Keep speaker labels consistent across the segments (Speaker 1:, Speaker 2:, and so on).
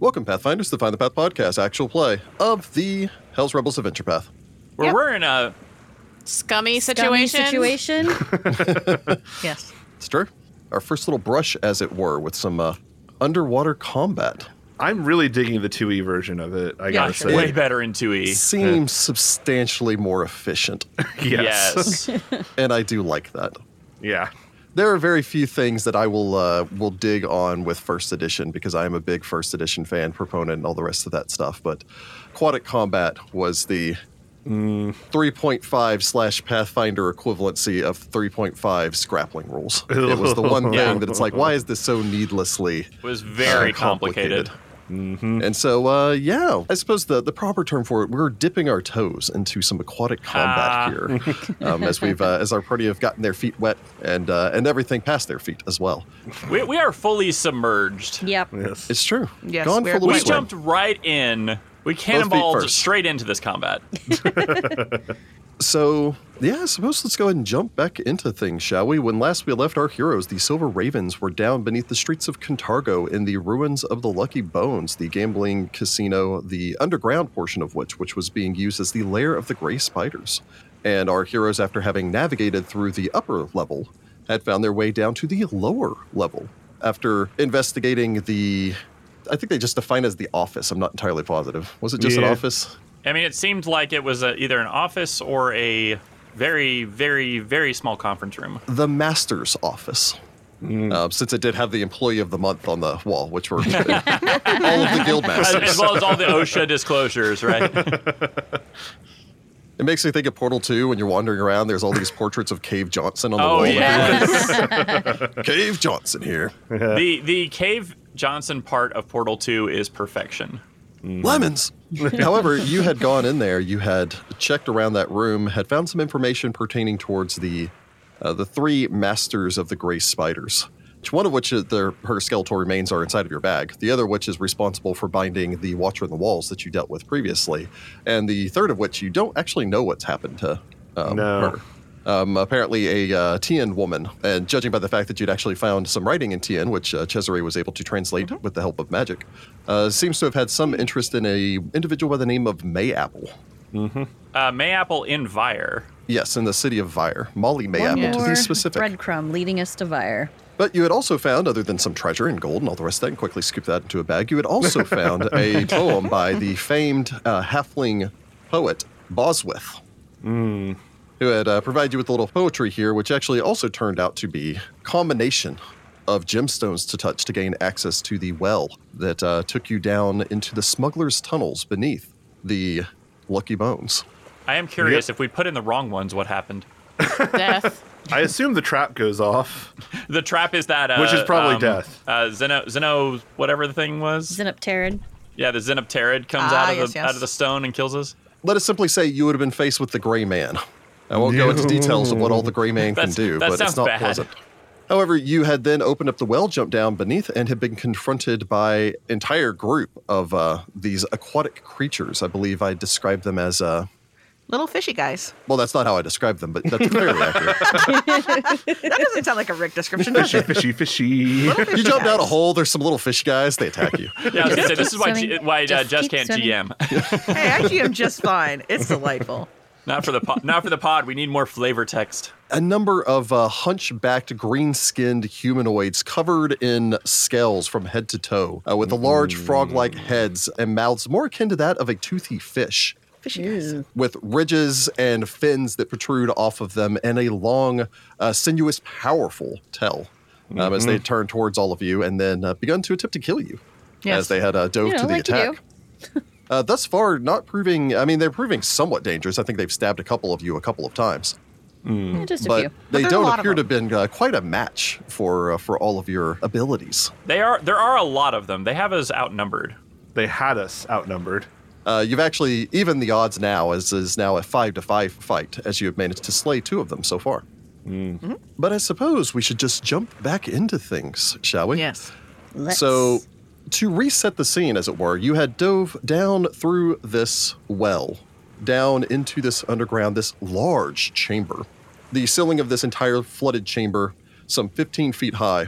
Speaker 1: Welcome, Pathfinders, to the Find the Path podcast, actual play of the Hell's Rebels Adventure Path.
Speaker 2: We're,
Speaker 3: Yep.
Speaker 2: we're in a
Speaker 3: Scummy
Speaker 4: Scummy
Speaker 3: situation.
Speaker 4: situation. yes.
Speaker 1: It's true. Our first little brush, as it were, with some uh, underwater combat.
Speaker 5: I'm really digging the 2E version of it, I
Speaker 2: yeah,
Speaker 5: gotta
Speaker 2: it's
Speaker 5: say.
Speaker 2: way better in E. 2E.
Speaker 1: Seems substantially more efficient,
Speaker 2: Yes.
Speaker 1: and I do like that.
Speaker 5: yeah.
Speaker 1: There are very few things that I will uh, will dig on with first edition because I am a big first edition fan, proponent, and all the rest of that stuff. But Aquatic Combat was the mm, 3.5 slash Pathfinder equivalency of 3.5's grappling rules. it was the one thing
Speaker 2: Yeah.
Speaker 1: that it's like, why is this so needlessly?
Speaker 2: It was very
Speaker 1: uh,
Speaker 2: complicated. Mm.
Speaker 1: And so, uh, yeah, I suppose the, the proper term for it, we're dipping our toes into some aquatic
Speaker 2: Ah.
Speaker 1: combat here, um, as we've uh, as our party have gotten their feet wet and uh, and everything past their feet as well.
Speaker 2: We, we are fully submerged.
Speaker 4: Yep.
Speaker 5: Yes.
Speaker 1: It's true.
Speaker 3: Yes,
Speaker 1: Gone
Speaker 3: we're-
Speaker 1: full
Speaker 2: We
Speaker 1: of swim.
Speaker 2: jumped right in. We cannonballed
Speaker 1: first.
Speaker 2: straight into this combat.
Speaker 1: So, yeah, I suppose let's go ahead and jump back into things, shall we? When last we left our heroes, the Silver Ravens were down beneath the streets of Cantargo in the ruins of the Lucky Bones, the gambling casino, the underground portion of which, which was being used as the lair of the Grey Spiders. And our heroes, after having navigated through the upper level, had found their way down to the lower level. After investigating the, I think they just define it as the office. I'm not entirely positive. Was it just an
Speaker 5: Yeah.
Speaker 1: office?
Speaker 2: I mean, it seemed like it was a, either an office or a very, very, very small conference room.
Speaker 1: the master's office. Uh, since it did have the employee of the month on the wall, which were all of the guild
Speaker 2: As,
Speaker 1: masters.
Speaker 2: as well as all the OSHA disclosures, right?
Speaker 1: It makes me think of Portal 2 when you're wandering around, there's all these portraits of Cave Johnson on the
Speaker 2: Oh,
Speaker 1: wall.
Speaker 2: yeah.
Speaker 1: Cave Johnson here.
Speaker 2: the the Cave Johnson part of Portal 2 is perfection.
Speaker 1: Lemons. However, you had gone in there, you had checked around that room, had found some information pertaining towards the uh, the three masters of the gray spiders. Which one of which is their her skeletal remains are inside of your bag. The other which is responsible for binding the watcher in the walls that you dealt with previously, and the third of which you don't actually know what's happened to um,
Speaker 5: No.
Speaker 1: her. Um, apparently, a uh, Tian woman, and judging by the fact that you'd actually found some writing in Tian, which uh, Cesare was able to translate with the help of magic, uh, seems to have had some interest in a individual by the name of Mayapple.
Speaker 2: Uh, Mayapple in Vire.
Speaker 1: Yes, in the city of Vire, Molly
Speaker 4: One
Speaker 1: Mayapple to
Speaker 4: more
Speaker 1: be specific.
Speaker 4: breadcrumb leading us to Vire.
Speaker 1: But you had also found, other than some treasure and gold and all the rest of that, and quickly scooped that into a bag, you had also found a poem by the famed uh, halfling poet Boswith, who had uh, provided you with a little poetry here, which actually also turned out to be combination of gemstones to touch to gain access to the well that uh, took you down into the smuggler's tunnels beneath the Lucky Bones.
Speaker 2: I am curious if we put in the wrong ones, what happened?
Speaker 3: Death.
Speaker 5: I assume the trap goes off.
Speaker 2: The trap is that. Uh,
Speaker 5: Which is probably death.
Speaker 2: Uh, Zeno, Zeno, whatever the thing was.
Speaker 4: Zinopterid.
Speaker 2: yeah, the Xenopterid comes
Speaker 3: Ah,
Speaker 2: out of
Speaker 3: yes,
Speaker 2: the
Speaker 3: yes.
Speaker 2: out of the stone and kills us.
Speaker 1: Let us simply say you would have been faced with the Gray Man. I won't go into details of what all the Gray Man can
Speaker 2: That's-
Speaker 1: do,
Speaker 2: that
Speaker 1: but it's
Speaker 2: sounds
Speaker 1: not
Speaker 2: bad.
Speaker 1: pleasant. However, you had then opened up the well, jumped down beneath, and had been confronted by entire group of uh, these aquatic creatures. I believe I described them as uh,
Speaker 3: Little fishy guys.
Speaker 1: well. That's not how I described them, but that's fairly accurate.
Speaker 3: That doesn't sound like a Rick description, does
Speaker 5: Fishy,
Speaker 3: it?
Speaker 5: fishy, fishy.
Speaker 3: Little
Speaker 1: You
Speaker 3: fishy
Speaker 1: jump down a
Speaker 3: guys.
Speaker 1: hole. There's some little fish guys. They attack you.
Speaker 2: Yeah, I was gonna say this is why
Speaker 4: keep
Speaker 2: G-
Speaker 4: swimming.
Speaker 2: why uh,
Speaker 4: Just
Speaker 2: Jess
Speaker 4: keep
Speaker 2: can't
Speaker 4: swimming.
Speaker 2: GM.
Speaker 3: Hey, I GM just fine. It's delightful.
Speaker 2: not for the pod. Not for the pod. We need more flavor text.
Speaker 1: a number of uh, hunchbacked, green skinned humanoids covered in scales from head to toe, uh, with the large frog like heads and mouths more akin to that of a toothy fish,
Speaker 3: Fishy guys.
Speaker 1: with ridges and fins that protrude off of them, and a long, uh, sinuous, powerful tail. Um, As they turn towards all of you and then uh, begun to attempt to kill you
Speaker 3: Yes.
Speaker 1: as they had uh, dove
Speaker 4: You know,
Speaker 1: to the
Speaker 4: like you
Speaker 1: attack. uh, thus far, not proving, I mean, they're proving somewhat dangerous. I think they've stabbed a couple of you a couple of times
Speaker 4: Yeah, just a
Speaker 1: Hmm. but
Speaker 4: few.
Speaker 3: But
Speaker 1: they
Speaker 3: there's a
Speaker 1: don't
Speaker 3: lot of
Speaker 1: appear to have
Speaker 3: them.
Speaker 1: been uh, quite a match for uh, for all of your abilities.
Speaker 2: They are there are a lot of them. They have us outnumbered.
Speaker 5: They had us outnumbered.
Speaker 1: Uh, you've actually even the odds now is is now a five to five fight as you have managed to slay two of them so far.
Speaker 3: Mm-hmm.
Speaker 1: But I suppose we should just jump back into things, shall we?
Speaker 3: Yes.
Speaker 4: Let's-
Speaker 1: So, to reset the scene, as it were, you had dove down through this well, down into this underground, this large chamber. The ceiling of this entire flooded chamber, some 15 feet high,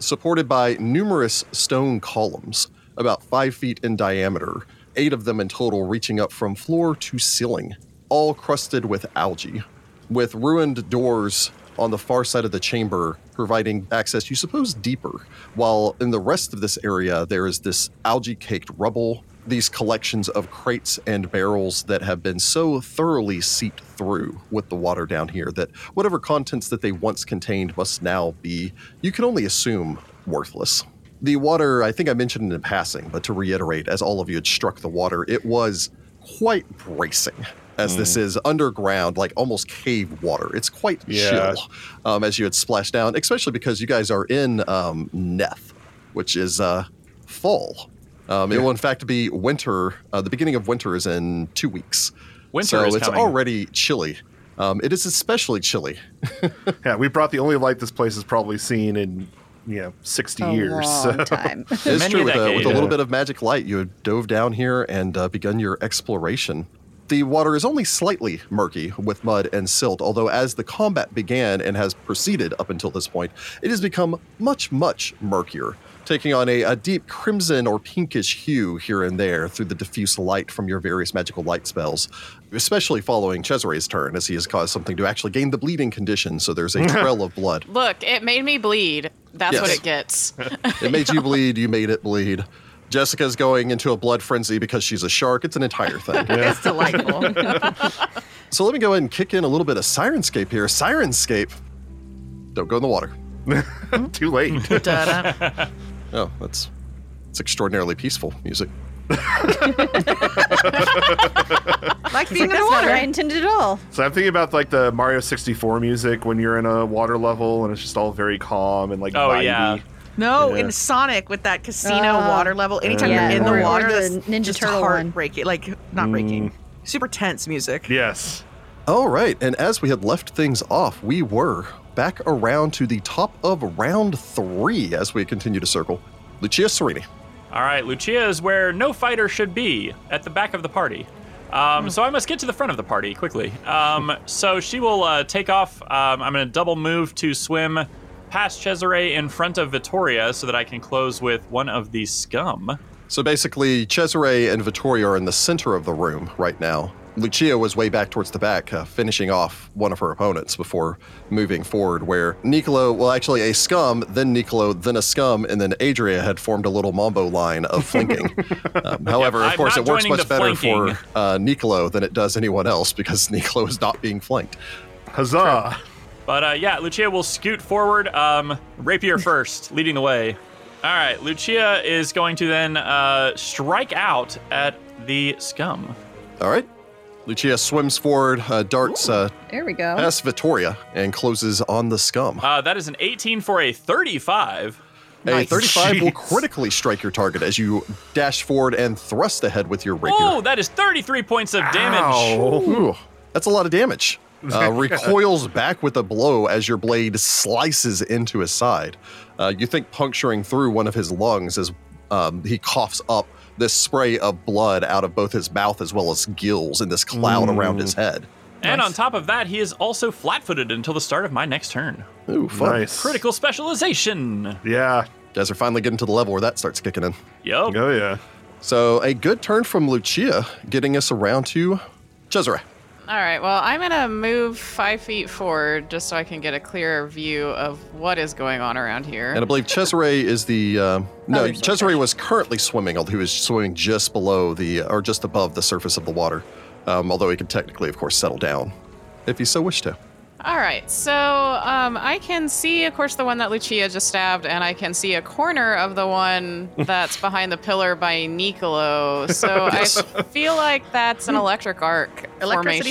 Speaker 1: supported by numerous stone columns, about five feet in diameter, eight of them in total, reaching up from floor to ceiling, all crusted with algae, with ruined doors on the far side of the chamber, providing access, you suppose, deeper. While in the rest of this area, there is this algae caked rubble, these collections of crates and barrels that have been so thoroughly seeped through with the water down here that whatever contents that they once contained must now be, you can only assume, worthless. The water, I think I mentioned it in passing, but to reiterate, as all of you had struck the water, it was quite bracing as
Speaker 2: Mm.
Speaker 1: this is underground, like almost cave water. It's quite
Speaker 5: Yeah.
Speaker 1: chill um, as you had splashed down, especially because you guys are in um, Neth, which is uh, fall. Um, It will, in fact, be winter. Uh, the beginning of winter is in two weeks.
Speaker 2: Winter
Speaker 1: so
Speaker 2: is
Speaker 1: it's
Speaker 2: coming.
Speaker 1: already chilly. Um, it is especially chilly.
Speaker 5: Yeah, we brought the only light this place has probably seen in you know sixty
Speaker 4: A
Speaker 5: years.
Speaker 4: long time.
Speaker 1: It's
Speaker 2: Many
Speaker 1: true. With a, with a
Speaker 2: decades.
Speaker 1: little bit of magic light, you had dove down here and uh, begun your exploration. The water is only slightly murky with mud and silt, although as the combat began and has proceeded up until this point, it has become much, much murkier, taking on a, a deep crimson or pinkish hue here and there through the diffuse light from your various magical light spells, especially following Cesare's turn, as he has caused something to actually gain the bleeding condition, so there's a trail of blood.
Speaker 6: Look, it made me bleed. That's what
Speaker 1: Yes.
Speaker 6: it gets.
Speaker 1: It made you bleed. You made it bleed. Jessica's going into a blood frenzy because she's a shark. It's an entire thing.
Speaker 3: It's delightful.
Speaker 1: So let me go ahead and kick in a little bit of Sirenscape here. Sirenscape. Don't go in the water.
Speaker 5: Too late.
Speaker 3: Da-da.
Speaker 1: Oh, that's it's extraordinarily peaceful music.
Speaker 3: Like
Speaker 4: He's like,
Speaker 3: being in
Speaker 4: that's
Speaker 3: the
Speaker 4: not what I
Speaker 3: water.
Speaker 4: intended at all.
Speaker 5: So I'm thinking about like the Mario 64 music when you're in a water level and it's just all very calm and like
Speaker 2: Oh,
Speaker 5: vibey.
Speaker 2: yeah.
Speaker 3: No,
Speaker 5: Yeah.
Speaker 3: in Sonic with that casino
Speaker 4: Oh.
Speaker 3: water level, anytime
Speaker 5: Yeah,
Speaker 3: you're in the
Speaker 5: or- or
Speaker 3: water,
Speaker 4: the
Speaker 3: that's
Speaker 4: Ninja
Speaker 3: just
Speaker 4: Turtle one.
Speaker 3: heartbreaking. Like not breaking, super tense music.
Speaker 5: Yes.
Speaker 1: All right, and as we had left things off, we were back around to the top of round three as we continue to circle. Lucia Serini.
Speaker 2: All right, Lucia is where no fighter should be at the back of the party. Um, So I must get to the front of the party quickly. Um, so she will uh, take off. Um, I'm going to double move to swim past Cesare in front of Vittoria so that I can close with one of the scum.
Speaker 1: So basically, Cesare and Vittoria are in the center of the room right now. Lucia was way back towards the back, uh, finishing off one of her opponents before moving forward, where Nicolo, well, actually a scum, then Nicolo, then a scum, and then Adria had formed a little mambo line of flanking. Um, however,
Speaker 2: Yep,
Speaker 1: of
Speaker 2: I'm
Speaker 1: course,
Speaker 2: not
Speaker 1: it works
Speaker 2: joining
Speaker 1: much
Speaker 2: the
Speaker 1: better
Speaker 2: flanking.
Speaker 1: for uh, Nicolo than it does anyone else because Nicolo is not being flanked.
Speaker 5: Huzzah.
Speaker 2: But uh, yeah, Lucia will scoot forward, um, rapier first, leading the way. All right, Lucia is going to then uh, strike out at the scum.
Speaker 1: All right. Lucia swims forward, uh, darts uh,
Speaker 4: There we go.
Speaker 1: past Vittoria, and closes on the scum.
Speaker 2: Uh, that is an 18 for a 35.
Speaker 1: A
Speaker 3: Nice.
Speaker 1: 35 will
Speaker 5: Jeez.
Speaker 1: critically strike your target as you dash forward and thrust ahead with your rapier.
Speaker 2: Oh, that is 33 points of damage.
Speaker 5: Ow.
Speaker 1: Ooh, that's a lot of damage. Uh, recoils back with a blow as your blade slices into his side. Uh, you think puncturing through one of his lungs as um, he coughs up this spray of blood out of both his mouth as well as gills in this cloud around his
Speaker 5: Mm.
Speaker 1: head.
Speaker 2: And on top of that, he is also flat footed until the start of my next turn.
Speaker 1: Ooh, fun.
Speaker 5: Nice.
Speaker 2: Critical specialization.
Speaker 5: Yeah.
Speaker 1: You guys are finally getting to the level where that starts kicking in.
Speaker 2: Yup.
Speaker 5: Oh yeah.
Speaker 1: So, a good turn from Lucia, getting us around to Cesare.
Speaker 6: All right. Well, I'm gonna move five feet forward just so I can get a clearer view of what is going on around here.
Speaker 1: And I believe Cesare is the uh,
Speaker 4: Oh,
Speaker 1: no.
Speaker 4: there's no
Speaker 1: Cesare was currently swimming, although he was swimming just below the or just above the surface of the water. Um, although he could technically, of course, settle down if he so wished to.
Speaker 6: All right. So um, I can see, of course, the one that Lucia just stabbed, and I can see a corner of the one that's behind the pillar by Nicolo. So I feel like that's an electric arc
Speaker 3: Electricity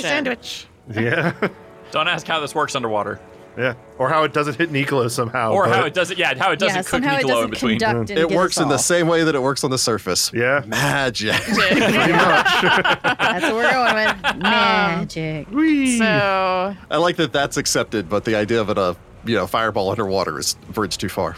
Speaker 6: formation.
Speaker 3: sandwich.
Speaker 5: Yeah.
Speaker 2: Don't ask how this works underwater.
Speaker 5: yeah. Or how it doesn't hit Nicolo somehow.
Speaker 2: Or
Speaker 5: but-
Speaker 2: how it does it. Yeah, how it doesn't
Speaker 4: yeah,
Speaker 2: cook
Speaker 4: somehow it
Speaker 2: Niccolo
Speaker 4: doesn't
Speaker 2: in between.
Speaker 4: conduct and
Speaker 1: It
Speaker 4: get
Speaker 1: works
Speaker 4: us
Speaker 1: in the
Speaker 4: all.
Speaker 1: same way that it works on the surface.
Speaker 5: Yeah.
Speaker 1: magic.
Speaker 4: That's what we're going
Speaker 1: Um,
Speaker 4: with. Magic.
Speaker 5: Whee.
Speaker 6: So
Speaker 1: I like that that's accepted, but the idea of it a you know fireball underwater is a bridge too far.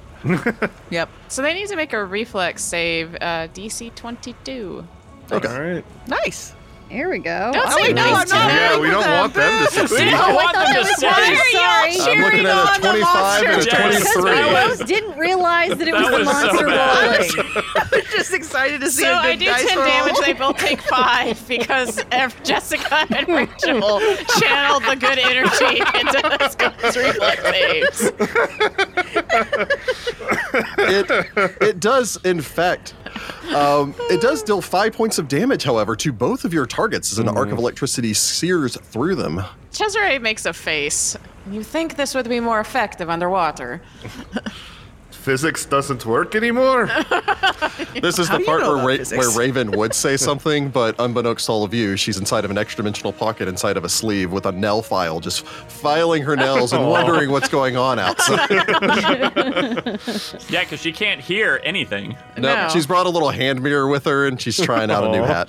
Speaker 3: Yep.
Speaker 6: So they need to make a reflex save, uh, DC 22.
Speaker 1: Okay.
Speaker 5: All right.
Speaker 3: Nice.
Speaker 4: Here we go.
Speaker 6: Don't say no,
Speaker 4: nice
Speaker 6: I'm not
Speaker 4: to her.
Speaker 5: yeah,
Speaker 3: Look
Speaker 5: we
Speaker 3: at
Speaker 5: don't
Speaker 3: them.
Speaker 5: want them to
Speaker 2: See,
Speaker 5: succeed.
Speaker 2: I
Speaker 4: Oh, I
Speaker 2: want
Speaker 4: thought
Speaker 2: them
Speaker 4: that
Speaker 2: to
Speaker 4: was
Speaker 2: stay.
Speaker 4: Why are
Speaker 6: Sorry.
Speaker 1: I'm looking
Speaker 4: y'all cheering
Speaker 1: at
Speaker 4: on
Speaker 1: a 25
Speaker 4: the
Speaker 1: and a
Speaker 4: monster?
Speaker 1: 23.
Speaker 2: monster. Yes,
Speaker 4: Because my
Speaker 2: that
Speaker 4: nose didn't realize that it
Speaker 2: That
Speaker 4: was, the
Speaker 2: was so
Speaker 4: monster
Speaker 2: bad.
Speaker 4: rolling.
Speaker 3: just excited to see
Speaker 6: So
Speaker 3: a good
Speaker 6: I do
Speaker 3: dice
Speaker 6: 10
Speaker 3: roll.
Speaker 6: damage. They both take five because F- Jessica and Rachel channeled the good energy into this guy's reflex saves.
Speaker 1: it it does in fact um, it does deal five points of damage however to both of your targets as an arc
Speaker 3: Mm-hmm.
Speaker 1: of electricity sears through them
Speaker 6: Cesare makes a face. You think this would be more effective underwater?
Speaker 5: Physics doesn't work anymore.
Speaker 1: this is the
Speaker 3: do you
Speaker 1: part
Speaker 3: know
Speaker 1: where,
Speaker 3: about
Speaker 1: Ra-
Speaker 3: physics?
Speaker 1: where raven would say something but unbeknownst to all of you she's inside of an extra dimensional pocket inside of a sleeve with a nail file just filing her nails
Speaker 3: Oh.
Speaker 1: and wondering what's going on outside
Speaker 2: Yeah, because she can't hear anything.
Speaker 1: no,
Speaker 6: No.
Speaker 1: she's brought a little hand mirror with her and she's trying out a new
Speaker 5: Aw.
Speaker 1: hat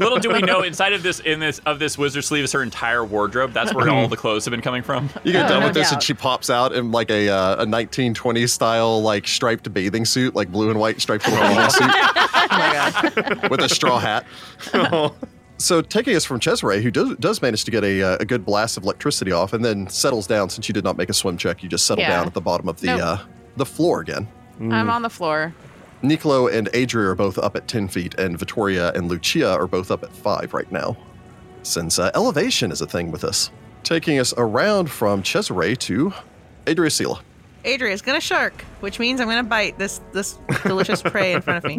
Speaker 2: Little do we know, inside of this, in this, of this wizard sleeve is her entire wardrobe. That's where all the clothes have been coming from.
Speaker 1: You get
Speaker 4: Oh,
Speaker 1: done
Speaker 4: no
Speaker 1: with this, and
Speaker 4: doubt.
Speaker 1: she pops out in like a uh, a 1920s style like striped bathing suit, like blue and white striped little bathing suit with a straw hat. So taking us from Cesare, who does, does manage to get a, uh, a good blast of electricity off, and then settles down since you did not make a swim check, you just settle
Speaker 6: Yeah.
Speaker 1: down at the bottom of the
Speaker 6: Nope.
Speaker 1: uh, the floor again.
Speaker 6: I'm on the floor.
Speaker 1: Nicolo and Adria are both up at 10 feet, and Vittoria and Lucia are both up at 5 right now, since uh, elevation is a thing with us. Taking us around from Cesare to Adria Sela.
Speaker 3: Adria's gonna shark, which means I'm gonna bite this this delicious prey in front of me.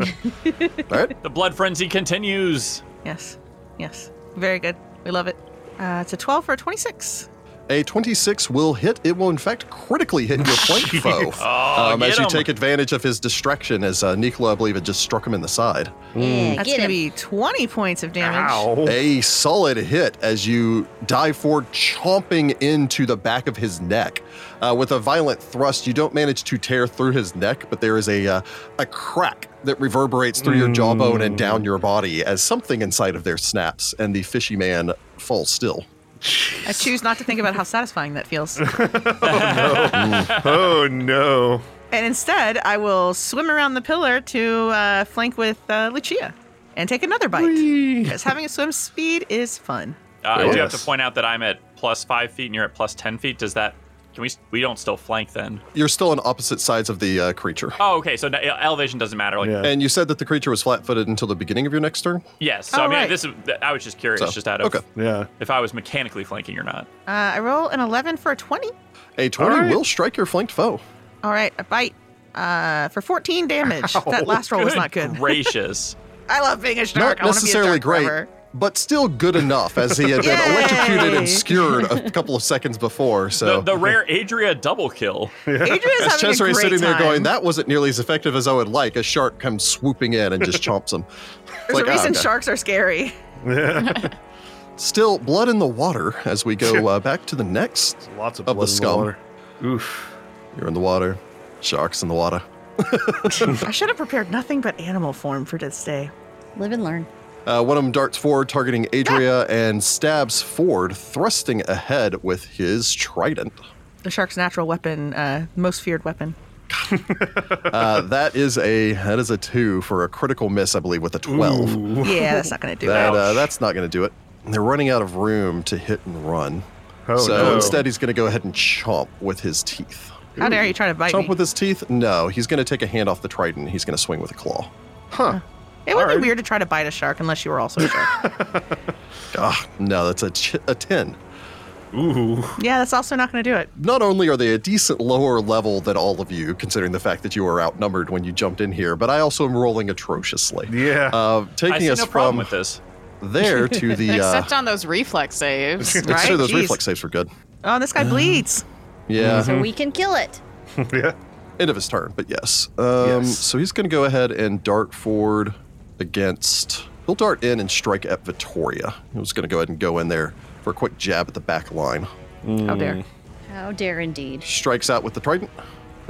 Speaker 1: All right.
Speaker 2: The blood frenzy continues.
Speaker 3: Yes, yes, very good. We love it. Uh, it's a 12 for a 26.
Speaker 1: A 26 will hit. It will, in fact, critically hit your flank foe
Speaker 2: Oh,
Speaker 1: um, as
Speaker 2: get
Speaker 1: you
Speaker 2: him.
Speaker 1: take advantage of his distraction, as uh, Nicola, I believe, had just struck him in the side. Hmm.
Speaker 4: Yeah,
Speaker 3: That's
Speaker 4: get
Speaker 3: gonna
Speaker 4: him.
Speaker 3: be 20 points of damage.
Speaker 5: Ow.
Speaker 1: A solid hit as you dive forward, chomping into the back of his neck. Uh, with a violent thrust, you don't manage to tear through his neck, but there is a, uh, a crack that reverberates through your jawbone and down
Speaker 5: Mm.
Speaker 1: your body as something inside of there snaps, and the fishy man falls still.
Speaker 3: I choose not to think about how satisfying that feels.
Speaker 5: Oh no.
Speaker 3: and instead, I will swim around the pillar to uh, flank with uh, Lucia and take another bite. Because having a swim speed is fun.
Speaker 2: Uh, I do have to
Speaker 5: Yes.
Speaker 2: point out that I'm at plus five feet and you're at plus ten feet. Does that? Can we? s- We don't still flank then.
Speaker 1: You're still on opposite sides of the uh, creature.
Speaker 2: Oh, okay. So no- elevation doesn't matter. Like,
Speaker 5: Yeah.
Speaker 1: And you said that the creature was flat-footed until the beginning of your next turn.
Speaker 2: yes. So
Speaker 3: Oh,
Speaker 2: I mean,
Speaker 3: right.
Speaker 2: this is. I was just curious,
Speaker 1: So,
Speaker 2: just out of
Speaker 1: okay.
Speaker 5: Yeah.
Speaker 2: if I was mechanically flanking or not.
Speaker 3: Uh, I roll an 11 for a 20.
Speaker 1: A twenty
Speaker 5: All right.
Speaker 1: will strike your flanked foe.
Speaker 3: All right, a bite uh, for 14 damage. that last roll was not good.
Speaker 2: Gracious.
Speaker 3: I love being a shark.
Speaker 1: Not necessarily
Speaker 3: I wanna be
Speaker 1: great,
Speaker 3: a shark forever.
Speaker 1: but still good enough, as he had been
Speaker 3: Yay!
Speaker 1: electrocuted and skewered a couple of seconds before.
Speaker 2: the,
Speaker 1: So
Speaker 2: the rare Adria double kill.
Speaker 3: Adrian's
Speaker 1: as
Speaker 3: having a
Speaker 1: Cesare
Speaker 3: great
Speaker 1: is sitting there
Speaker 3: time.
Speaker 1: going, "That wasn't nearly as effective as I would like," a shark comes swooping in and just chomps him. It's
Speaker 3: There's
Speaker 1: like,
Speaker 3: a
Speaker 1: ah,
Speaker 3: reason
Speaker 1: okay.
Speaker 3: sharks are scary.
Speaker 1: Still blood in the water as we go uh, back to the next.
Speaker 5: Lots of,
Speaker 1: Of the
Speaker 5: blood in
Speaker 1: scum.
Speaker 5: water. Oof.
Speaker 1: You're in the water. Sharks in the water.
Speaker 3: I should have prepared nothing but animal form for this day.
Speaker 4: Live and learn.
Speaker 1: Uh, one of them darts forward, targeting Adria, and stabs Ford, thrusting ahead with his trident.
Speaker 3: The shark's natural weapon, uh, most feared weapon.
Speaker 1: Uh, that is a that is a two for a critical miss, I believe, with a twelve.
Speaker 3: Yeah, that's not going to do
Speaker 1: That
Speaker 3: it.
Speaker 1: uh, that's not going to do it. They're running out of room to hit and run,
Speaker 5: Oh,
Speaker 1: so
Speaker 5: no.
Speaker 1: instead he's going to go ahead and chomp with his teeth.
Speaker 3: How dare you try to bite
Speaker 1: Chomp
Speaker 3: me?
Speaker 1: with his teeth? No, he's going to take a hand off the trident. and He's going to swing with a claw.
Speaker 5: Huh.
Speaker 3: it would be
Speaker 5: Alright.
Speaker 3: weird to try to bite a shark unless you were also a shark.
Speaker 1: Ah, no, that's a ch- a ten.
Speaker 5: Ooh.
Speaker 3: yeah, that's also not going to do it.
Speaker 1: Not only are they a decent lower level than all of you, considering the fact that you were outnumbered when you jumped in here, but I also am rolling atrociously.
Speaker 5: Yeah.
Speaker 1: Uh,
Speaker 2: I see
Speaker 1: taking
Speaker 2: no
Speaker 1: us
Speaker 2: problem
Speaker 1: from
Speaker 2: with this.
Speaker 1: there to the. Uh,
Speaker 6: Except on those reflex saves.
Speaker 1: it's true,
Speaker 3: right?
Speaker 1: those
Speaker 3: Jeez.
Speaker 1: reflex saves were good.
Speaker 3: Oh, this
Speaker 1: Uh,
Speaker 3: guy bleeds.
Speaker 1: Yeah.
Speaker 4: So we can kill it.
Speaker 5: yeah.
Speaker 1: end of his turn, but yes. Um,
Speaker 5: Yes.
Speaker 1: So he's going to go ahead and dart forward against. He'll dart in and strike at Vittoria. He was going to go ahead and go in there for a quick jab at the back line.
Speaker 3: How
Speaker 1: mm.
Speaker 3: dare.
Speaker 4: How Oh, dare indeed.
Speaker 1: Strikes out with the trident.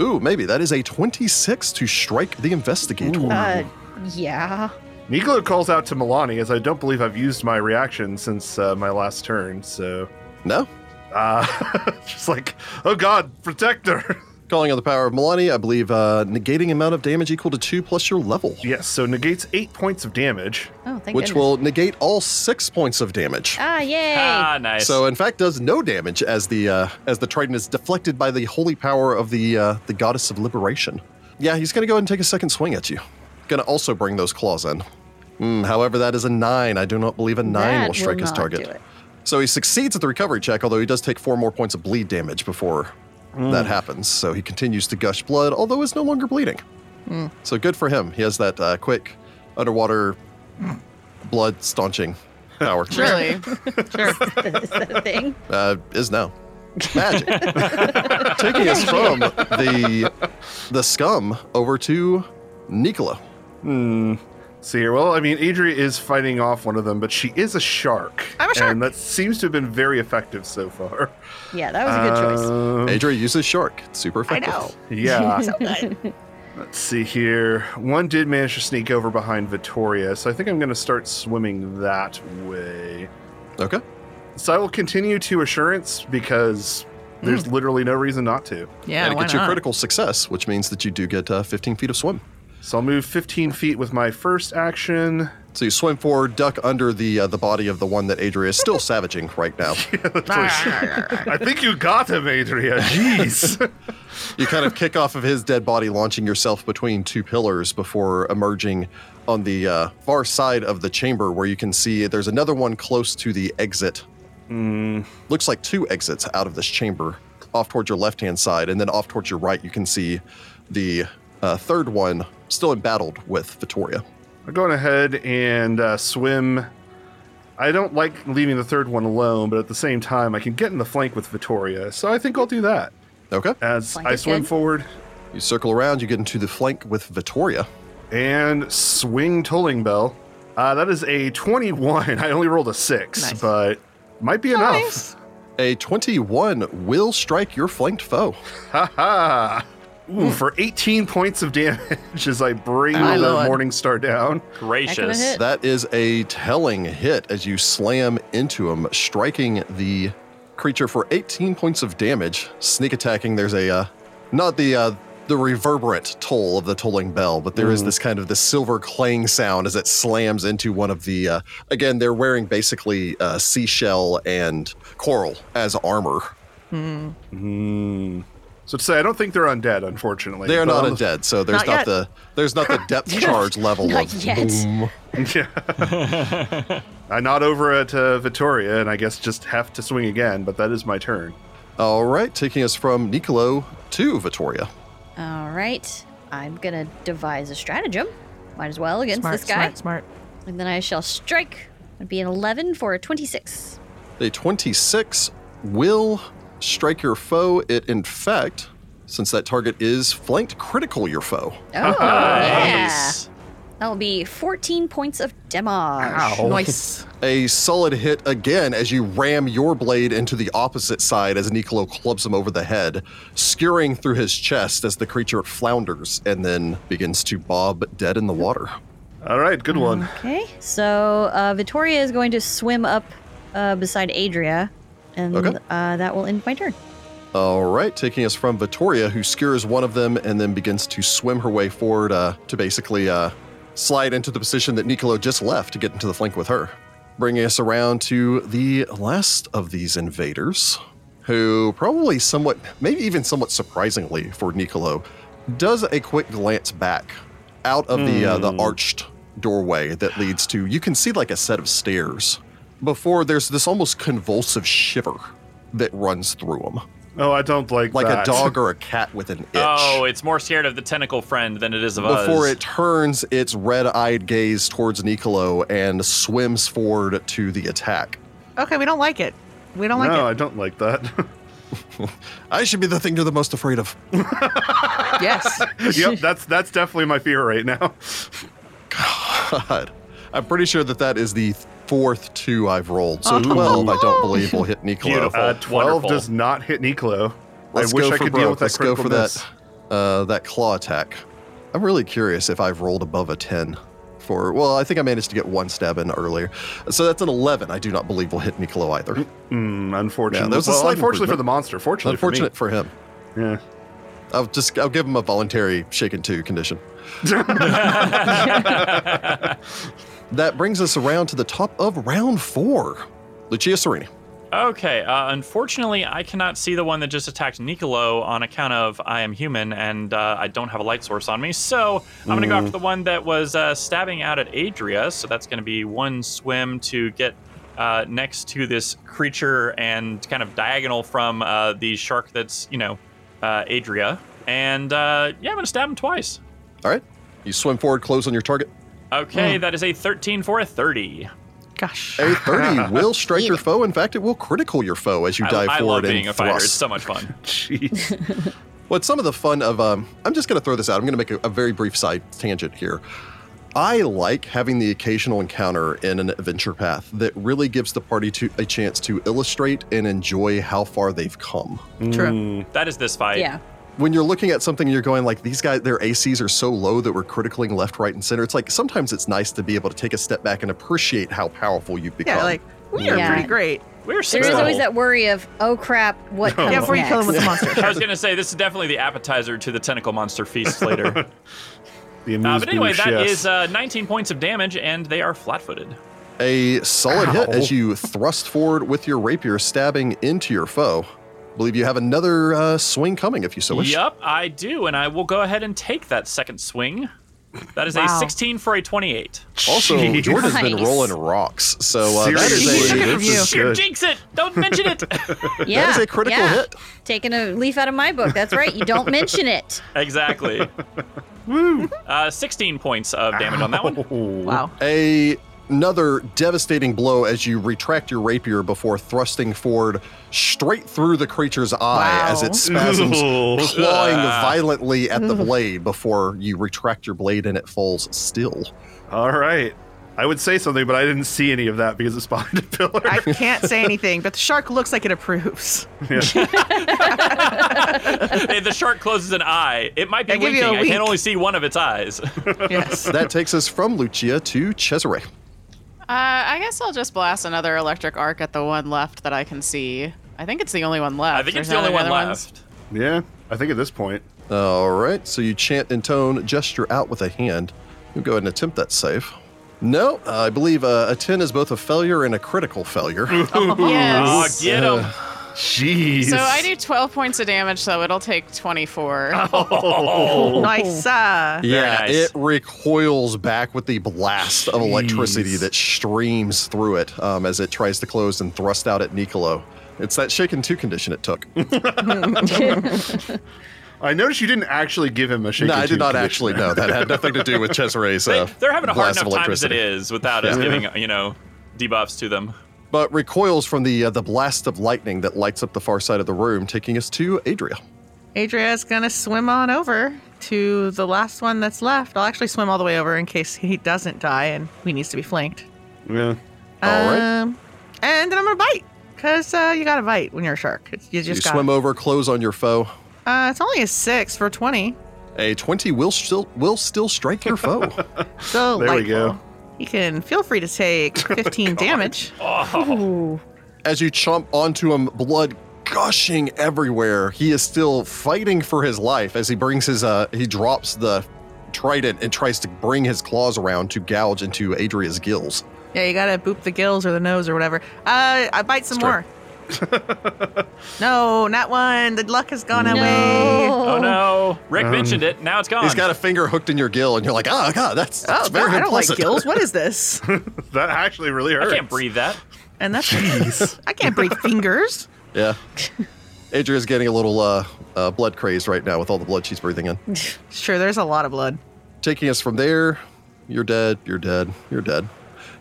Speaker 1: Ooh, maybe that is a 26 to strike the investigator.
Speaker 4: Uh, yeah.
Speaker 5: Nicola calls out to Milani as I don't believe I've used my reaction since uh, my last turn. So
Speaker 1: No?
Speaker 5: uh, she's like, "Oh God, protect her!"
Speaker 1: Calling on the power of Milani, I believe uh, negating amount of damage equal to two plus your level,
Speaker 5: Yes, so negates eight points of damage.
Speaker 4: Oh, thank
Speaker 1: which
Speaker 4: goodness.
Speaker 1: will negate all six points of damage.
Speaker 4: Ah, yay!
Speaker 2: Ah, nice.
Speaker 1: So in fact, does no damage as the uh, as the trident is deflected by the holy power of the uh, the goddess of liberation. Yeah, he's gonna go ahead and take a second swing at you. Gonna also bring those claws in. Hmm, however, that is a nine. I do not believe a nine
Speaker 4: That
Speaker 1: will strike his
Speaker 4: not
Speaker 1: target.
Speaker 4: do it.
Speaker 1: So he succeeds at the recovery check, although he does take four more points of bleed damage before that happens. So he continues to gush blood, although is no longer bleeding.
Speaker 4: Hmm.
Speaker 1: So good for him. He has that uh, quick underwater
Speaker 4: Hmm.
Speaker 1: blood staunching power.
Speaker 6: Really? Uh,
Speaker 3: Sure.
Speaker 4: Is that a thing?
Speaker 1: uh, is now magic, taking us from the the scum over to Nicola.
Speaker 5: See here. Well, I mean, Adria is fighting off one of them, but she is a shark.
Speaker 3: I'm a shark.
Speaker 5: And that seems to have been very effective so far.
Speaker 4: Yeah, that was a
Speaker 1: Uh,
Speaker 4: good choice.
Speaker 5: Um,
Speaker 1: Adria uses shark. It's super
Speaker 3: I
Speaker 1: effective.
Speaker 3: know.
Speaker 5: yeah.
Speaker 3: So good.
Speaker 5: Let's see here. One did manage to sneak over behind Vittoria, so I think I'm going to start swimming that way.
Speaker 1: Okay.
Speaker 5: So I will continue to assurance because there's
Speaker 4: Hmm.
Speaker 5: literally no reason not to.
Speaker 3: Yeah,
Speaker 1: and it
Speaker 3: why
Speaker 1: gets
Speaker 3: not?
Speaker 1: you critical success, which means that you do get uh, 15 feet of swim.
Speaker 5: So I'll move 15 feet with my first action.
Speaker 1: So you swim forward, duck under the uh, the body of the one that Adria is still savaging right now.
Speaker 5: I think you got him, Adria. Jeez.
Speaker 1: You kind of kick off of his dead body, launching yourself between two pillars before emerging on the uh, far side of the chamber, where you can see there's another one close to the exit. Looks like two exits out of this chamber, off towards your left hand side, and then off towards your right, you can see the uh, third one still embattled with Vittoria.
Speaker 5: I'm going ahead and uh, swim. I don't like leaving the third one alone, but at the same time, I can get in the flank with Vittoria, so I think I'll do that.
Speaker 1: Okay.
Speaker 5: As
Speaker 4: Flank
Speaker 5: I
Speaker 4: is
Speaker 5: swim
Speaker 4: good.
Speaker 5: forward
Speaker 1: You circle around, you get into the flank with Vittoria.
Speaker 5: and swing tolling bell. Uh, that is a 21. I only rolled a six,
Speaker 3: Nice.
Speaker 5: but might be enough.
Speaker 3: Nice.
Speaker 1: A 21 will strike your flanked foe.
Speaker 5: Ha ha!
Speaker 3: Hmm.
Speaker 5: Ooh, for 18 points of damage as I bring
Speaker 3: My
Speaker 5: the
Speaker 3: lord.
Speaker 5: Morning Star down.
Speaker 2: Gracious.
Speaker 4: hit.
Speaker 1: That is a telling hit as you slam into him, striking the creature for 18 points of damage. Sneak attacking. There's a uh, not the uh, the reverberant toll of the tolling bell, but there is this kind of this silver clang sound as it slams into one of the. Uh, again, they're wearing basically uh, seashell and coral as armor.
Speaker 5: So to say, I don't think they're undead, unfortunately.
Speaker 1: They are
Speaker 5: But
Speaker 1: not
Speaker 5: on
Speaker 1: undead, so there's
Speaker 3: Not
Speaker 1: not,
Speaker 3: yet.
Speaker 1: the there's not the depth charge level
Speaker 4: Not
Speaker 1: of
Speaker 4: yet.
Speaker 1: boom.
Speaker 5: the- Yeah. I nod over at uh, Vittoria, and I guess just have to swing again, but that is my turn.
Speaker 1: All right, taking us from Nicolo to Vittoria.
Speaker 4: All right, I'm gonna devise a stratagem. Might as well against
Speaker 3: Smart,
Speaker 4: this guy.
Speaker 3: smart, smart.
Speaker 4: And then I shall strike. Would be an 11 for a 26.
Speaker 1: A 26 will strike your foe. It, in fact, since that target is flanked, critical your foe.
Speaker 4: Oh, yeah.
Speaker 2: Nice.
Speaker 4: That'll be 14 points of damage.
Speaker 1: Ah.
Speaker 3: Nice.
Speaker 1: A solid hit again as you ram your blade into the opposite side as Nicolo clubs him over the head, skewering through his chest as the creature flounders and then begins to bob dead in the water.
Speaker 5: All right, good
Speaker 3: Mm-hmm.
Speaker 5: one.
Speaker 4: Okay. So uh, Vittoria is going to swim up uh, beside Adria, and
Speaker 1: Okay.
Speaker 4: uh, that will end my turn.
Speaker 1: All right, taking us from Vittoria, who skewers one of them and then begins to swim her way forward uh, to basically uh, slide into the position that Nicolo just left to get into the flank with her. Bringing us around to the last of these invaders, who probably somewhat, maybe even somewhat surprisingly for Nicolo, does a quick glance back out of the uh, the arched doorway that leads to you can see like a set of stairs. Before there's this almost convulsive shiver that runs through him
Speaker 5: Oh, I don't like
Speaker 1: like
Speaker 5: that.
Speaker 1: a dog or a cat with an itch.
Speaker 2: Oh, it's more scared of the tentacle friend than it is of us.
Speaker 1: Before it turns its red eyed gaze towards Nicolo and swims forward to the attack.
Speaker 3: Okay, we don't like it. We don't like
Speaker 5: no, I
Speaker 3: it.
Speaker 5: don't like that.
Speaker 1: I should be the thing you're the most afraid of.
Speaker 3: yes.
Speaker 5: yep, that's that's definitely my fear right now.
Speaker 1: God. I'm pretty sure that that is the fourth two I've rolled. So 12, I don't believe, will hit Nicolo.
Speaker 2: Beautiful.
Speaker 5: Uh, 12
Speaker 2: Wonderful.
Speaker 5: does not hit Niklo.
Speaker 1: Let's
Speaker 5: I wish
Speaker 1: go
Speaker 5: I
Speaker 1: for
Speaker 5: could
Speaker 1: broke.
Speaker 5: deal with that
Speaker 1: Let's go
Speaker 5: critical
Speaker 1: for
Speaker 5: miss.
Speaker 1: that uh, that claw attack. I'm really curious if I've rolled above a 10 for well, I think I managed to get one stab in earlier. So that's an 11. I do not believe will hit Nicolo either.
Speaker 5: Mm, unfortunately,
Speaker 1: Yeah, that was a
Speaker 5: well,
Speaker 1: slight
Speaker 5: unfortunately for
Speaker 1: improvement.
Speaker 5: the monster. Fortunately
Speaker 1: Unfortunate for him.
Speaker 5: for me. Yeah.
Speaker 1: I'll just I'll give him a voluntary shaken two condition. that brings us around to the top of round four. Lucia Serena.
Speaker 2: Okay, uh, unfortunately, I cannot see the one that just attacked Nicolo on account of I am human and uh, I don't have a light source on me. So I'm going to go after the one that was uh, stabbing out at Adria. So that's going to be one swim to get uh, next to this creature and kind of diagonal from uh, the shark that's, you know, uh, Adria. And uh, yeah, I'm going to stab him twice.
Speaker 1: All right. You swim forward, close on your target.
Speaker 2: Okay,
Speaker 1: Hmm.
Speaker 2: that is a 13 for a 30.
Speaker 3: Gosh.
Speaker 1: A 30 will strike your foe. In fact, it will critical your foe as you
Speaker 2: I-
Speaker 1: dive
Speaker 2: I, love
Speaker 1: forward
Speaker 2: being a
Speaker 1: and
Speaker 2: fighter.
Speaker 1: thrust.
Speaker 2: It's so much fun. Uh,
Speaker 5: Jeez.
Speaker 1: What's some of the fun of um, I'm just going to throw this out. I'm going to make a, a very brief side tangent here. I like having the occasional encounter in an adventure path that really gives the party to a chance to illustrate and enjoy how far they've come.
Speaker 3: True.
Speaker 2: That is this fight.
Speaker 4: yeah.
Speaker 1: When you're looking at something, you're going like these guys, their ACs are so low that we're criticaling left, right, and center. It's like sometimes it's nice to be able to take a step back and appreciate how powerful you've become.
Speaker 3: Yeah, like, we are
Speaker 4: Yeah.
Speaker 3: pretty great.
Speaker 2: We're
Speaker 4: There
Speaker 2: six
Speaker 4: is
Speaker 1: So-
Speaker 4: always that worry of, oh crap, what comes
Speaker 3: Yeah, before you
Speaker 4: next?
Speaker 3: kill him with the monster.
Speaker 2: I was gonna say this is definitely the appetizer to the tentacle monster feast later. uh,
Speaker 5: The
Speaker 2: but anyway,
Speaker 5: amuse-bouche,
Speaker 2: that
Speaker 5: yes.
Speaker 2: is uh, 19 points of damage, and they are flat-footed.
Speaker 1: A solid hit
Speaker 5: Ow.
Speaker 1: as you thrust forward with your rapier, stabbing into your foe. believe you have another uh, swing coming if you so wish.
Speaker 2: Yup, I do, and I will go ahead and take that second swing. That is
Speaker 6: Wow.
Speaker 2: a 16 for a 28.
Speaker 1: Also,
Speaker 5: Jeez.
Speaker 1: Jordan's been
Speaker 4: Nice.
Speaker 1: rolling rocks, so uh, that is
Speaker 5: Seriously,
Speaker 1: a
Speaker 3: He took it from
Speaker 5: this is
Speaker 2: Shoot,
Speaker 5: good.
Speaker 2: jinx it! Don't mention it.
Speaker 4: Yeah,
Speaker 1: that is a critical
Speaker 4: yeah.
Speaker 1: hit.
Speaker 4: Taking a leaf out of my book. That's right. You don't mention it.
Speaker 2: exactly. Woo! Uh, 16 points of damage on that one.
Speaker 5: Oh.
Speaker 3: Wow.
Speaker 1: A another devastating blow as you retract your rapier before thrusting forward straight through the creature's eye
Speaker 3: Wow.
Speaker 1: as it spasms,
Speaker 5: Ooh.
Speaker 1: clawing
Speaker 2: Ah.
Speaker 1: violently at the blade before you retract your blade and it falls still.
Speaker 5: All right. I would say something, but I didn't see any of that because it's behind a pillar.
Speaker 3: I can't say anything, but the shark looks like it approves.
Speaker 2: Hey, the shark closes an eye. It might be
Speaker 3: I give you
Speaker 2: winking.
Speaker 3: a
Speaker 2: I can
Speaker 3: wink.
Speaker 2: only see one of its eyes.
Speaker 3: Yes.
Speaker 1: That takes us from Lucia to Cesare.
Speaker 6: Uh, I guess I'll just blast another electric arc at the one left that I can see. I think it's the only one left.
Speaker 2: I think
Speaker 6: There's
Speaker 2: it's the
Speaker 6: not
Speaker 2: only
Speaker 6: any
Speaker 2: one
Speaker 6: other
Speaker 2: left.
Speaker 6: ones.
Speaker 5: yeah, I think at this point.
Speaker 1: All right, so you chant in tone, gesture out with a hand. You'll go ahead and attempt that save. No, uh, I believe uh, a 10 is both a failure and a critical failure.
Speaker 2: Aw,
Speaker 6: Yes.
Speaker 2: Uh, get him.
Speaker 5: uh, Jeez.
Speaker 6: So I do 12 points of damage, so it'll take 24.
Speaker 5: Oh,
Speaker 3: Nice. Uh,
Speaker 1: yeah,
Speaker 2: nice.
Speaker 1: it recoils back with the blast of electricity
Speaker 5: Jeez.
Speaker 1: that streams through it um, as it tries to close and thrust out at Nicolo. It's that shaken 2 condition it took. no,
Speaker 5: I noticed you didn't actually give him a shake.
Speaker 1: I did not actually know. That had nothing to do with Cesare's
Speaker 2: They,
Speaker 1: uh,
Speaker 2: they're having a hard
Speaker 1: blast
Speaker 2: enough
Speaker 1: of
Speaker 2: time as it
Speaker 1: electricity.
Speaker 2: is without us giving, you know, debuffs to them.
Speaker 1: But recoils from the, uh, the blast of lightning that lights up the far side of the room, taking us to Adria.
Speaker 3: Adria's going to swim on over to the last one that's left. I'll actually swim all the way over in case he doesn't die and he needs to be flanked.
Speaker 5: Yeah.
Speaker 1: All right.
Speaker 3: Um, and then I'm going to bite because uh, you got to bite when you're a shark. It's, you
Speaker 1: You
Speaker 3: just got
Speaker 1: swim over, close on your foe.
Speaker 3: Uh, it's only a six for 20.
Speaker 1: A 20 will still will still strike your foe.
Speaker 3: So
Speaker 5: There we go.
Speaker 3: You can feel free to take 15 damage.
Speaker 4: Ooh.
Speaker 1: As you chomp onto him, blood gushing everywhere. He is still fighting for his life as he brings his uh he drops the trident and tries to bring his claws around to gouge into Adria's gills.
Speaker 3: Yeah, you gotta boop the gills or the nose or whatever. Uh, I bite some
Speaker 1: Sure.
Speaker 3: more. no, not one. The luck has gone away.
Speaker 2: Oh,
Speaker 4: No.
Speaker 2: no. Rick mentioned it. Now it's gone.
Speaker 1: Um, He's got a finger hooked in your gill and you're like, "Ah, god, that's, that's
Speaker 3: Oh,
Speaker 1: very
Speaker 3: God, I don't like
Speaker 1: unpleasant."
Speaker 3: gills. What is this?
Speaker 5: That actually really
Speaker 2: I
Speaker 5: hurts.
Speaker 2: can't breathe that.
Speaker 3: And that's I can't breathe fingers.
Speaker 1: yeah. Adria's getting a little uh, uh blood crazed right now with all the blood she's breathing in.
Speaker 3: Sure, there's a lot of blood.
Speaker 1: Taking us from there, you're dead, you're dead, you're dead.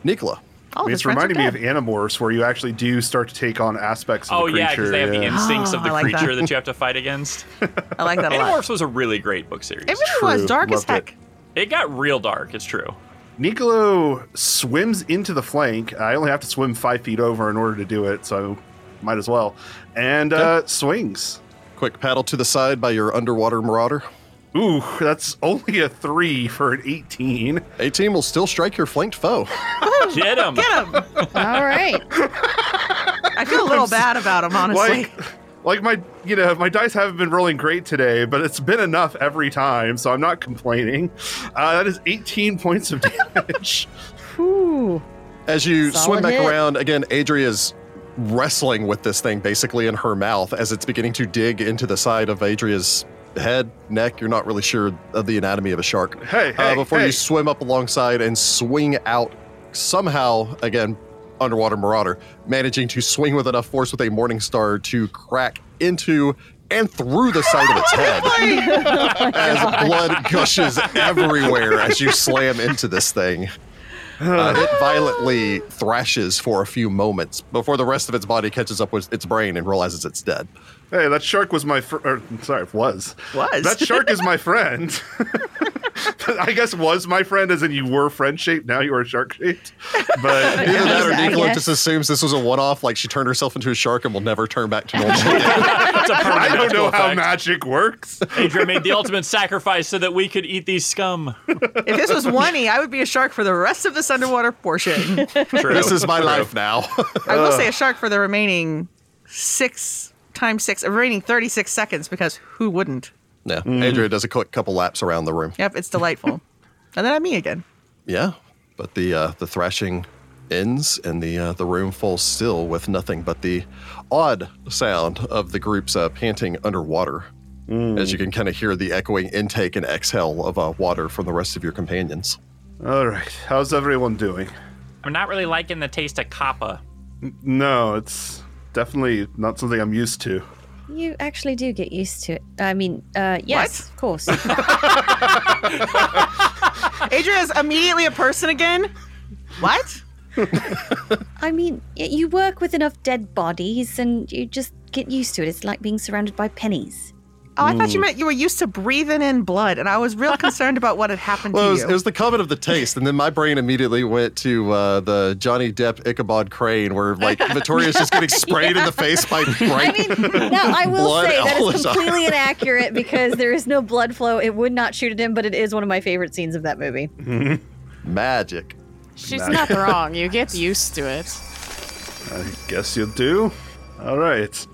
Speaker 1: Nicola.
Speaker 3: All
Speaker 5: I mean,
Speaker 3: of his
Speaker 5: it's
Speaker 3: friends are
Speaker 5: reminding me of
Speaker 3: dead.
Speaker 5: Animorphs, where you actually do start to take on aspects of
Speaker 2: Oh,
Speaker 5: the
Speaker 2: yeah,
Speaker 5: creature.
Speaker 2: because they have the instincts of
Speaker 3: Ah,
Speaker 2: the
Speaker 3: I like
Speaker 2: creature
Speaker 3: that.
Speaker 2: that. you have to fight against.
Speaker 3: I like that a lot.
Speaker 2: Animorphs was a really great book series.
Speaker 3: It really was
Speaker 5: True.
Speaker 3: dark as
Speaker 5: Loved it.
Speaker 3: heck.
Speaker 2: It got real dark, it's true.
Speaker 5: Niccolo swims into the flank. I only have to swim five feet over in order to do it, so might as well. And uh, swings.
Speaker 1: Quick paddle to the side by your underwater marauder.
Speaker 5: Ooh, that's only a three for an 18.
Speaker 1: 18 will still strike your flanked foe.
Speaker 2: Get him.
Speaker 3: Get him.
Speaker 4: All right.
Speaker 3: I feel a little bad about him, honestly.
Speaker 5: Like, like my you know my dice haven't been rolling great today, but it's been enough every time, so I'm not complaining. Uh, that is 18 points of damage.
Speaker 4: Whew.
Speaker 1: As you swim
Speaker 4: Solid
Speaker 1: back
Speaker 4: hit.
Speaker 1: around, again, Adria's wrestling with this thing basically in her mouth as it's beginning to dig into the side of Adria's head, neck. You're not really sure of the anatomy of a shark.
Speaker 5: hey, hey,
Speaker 1: uh, before
Speaker 5: hey.
Speaker 1: you swim up alongside and swing out somehow again underwater marauder managing to swing with enough force with a morning star to crack into and through the side of its head as blood gushes everywhere as you slam into this thing Uh, it violently thrashes for a few moments before the rest of its body catches up with its brain and realizes it's dead
Speaker 5: hey, that shark was my fr- or, sorry, was
Speaker 3: Was.
Speaker 5: that shark is my friend. I guess was my friend, as in you were friend shaped. Now you are shark shaped. But
Speaker 1: Either that or
Speaker 4: I
Speaker 1: Nicola
Speaker 4: guess.
Speaker 1: just assumes this was a one-off, like she turned herself into a shark and will never turn back to normal.
Speaker 2: It's a permanent
Speaker 5: I don't
Speaker 2: magical
Speaker 5: know how
Speaker 2: effect.
Speaker 5: magic works.
Speaker 2: Adrian made the ultimate sacrifice so that we could eat these scum.
Speaker 3: If this was one E, I would be a shark for the rest of this underwater portion.
Speaker 2: True.
Speaker 1: this is my life now.
Speaker 3: I will say a shark for the remaining six times six, remaining 36 seconds because who wouldn't?
Speaker 1: yeah. Andrea does a quick couple laps around the room.
Speaker 3: Yep, it's delightful. and then I'm me again.
Speaker 1: Yeah. But the uh, the thrashing ends and the uh, the room falls still with nothing but the odd sound of the group's uh, panting underwater. As you can kind of hear the echoing intake and exhale of uh, water from the rest of your companions.
Speaker 5: All right, how's everyone doing?
Speaker 2: I'm not really liking the taste of copper.
Speaker 5: No, it's definitely not something I'm used to.
Speaker 4: You actually do get used to it. I mean, uh, yes, of course.
Speaker 3: Adria is immediately a person again. What?
Speaker 4: I mean, y- you work with enough dead bodies and you just get used to it. It's like being surrounded by pennies.
Speaker 3: Oh, I thought you meant you were used to breathing in blood, and I was real concerned about what had happened
Speaker 1: Well, it was,
Speaker 3: to
Speaker 1: it
Speaker 3: you.
Speaker 1: was the comment of the taste, and then my brain immediately went to uh, the Johnny Depp Ichabod Crane, where like Victoria's just getting sprayed in the face by bright
Speaker 4: Now, I will
Speaker 1: Blood
Speaker 4: say that
Speaker 1: all
Speaker 4: is
Speaker 1: is on.
Speaker 4: completely inaccurate because there is no blood flow. It would not shoot at him, but it is one of my favorite scenes of that movie.
Speaker 1: magic.
Speaker 6: She's not wrong. You get used to it.
Speaker 5: I guess you do. All right.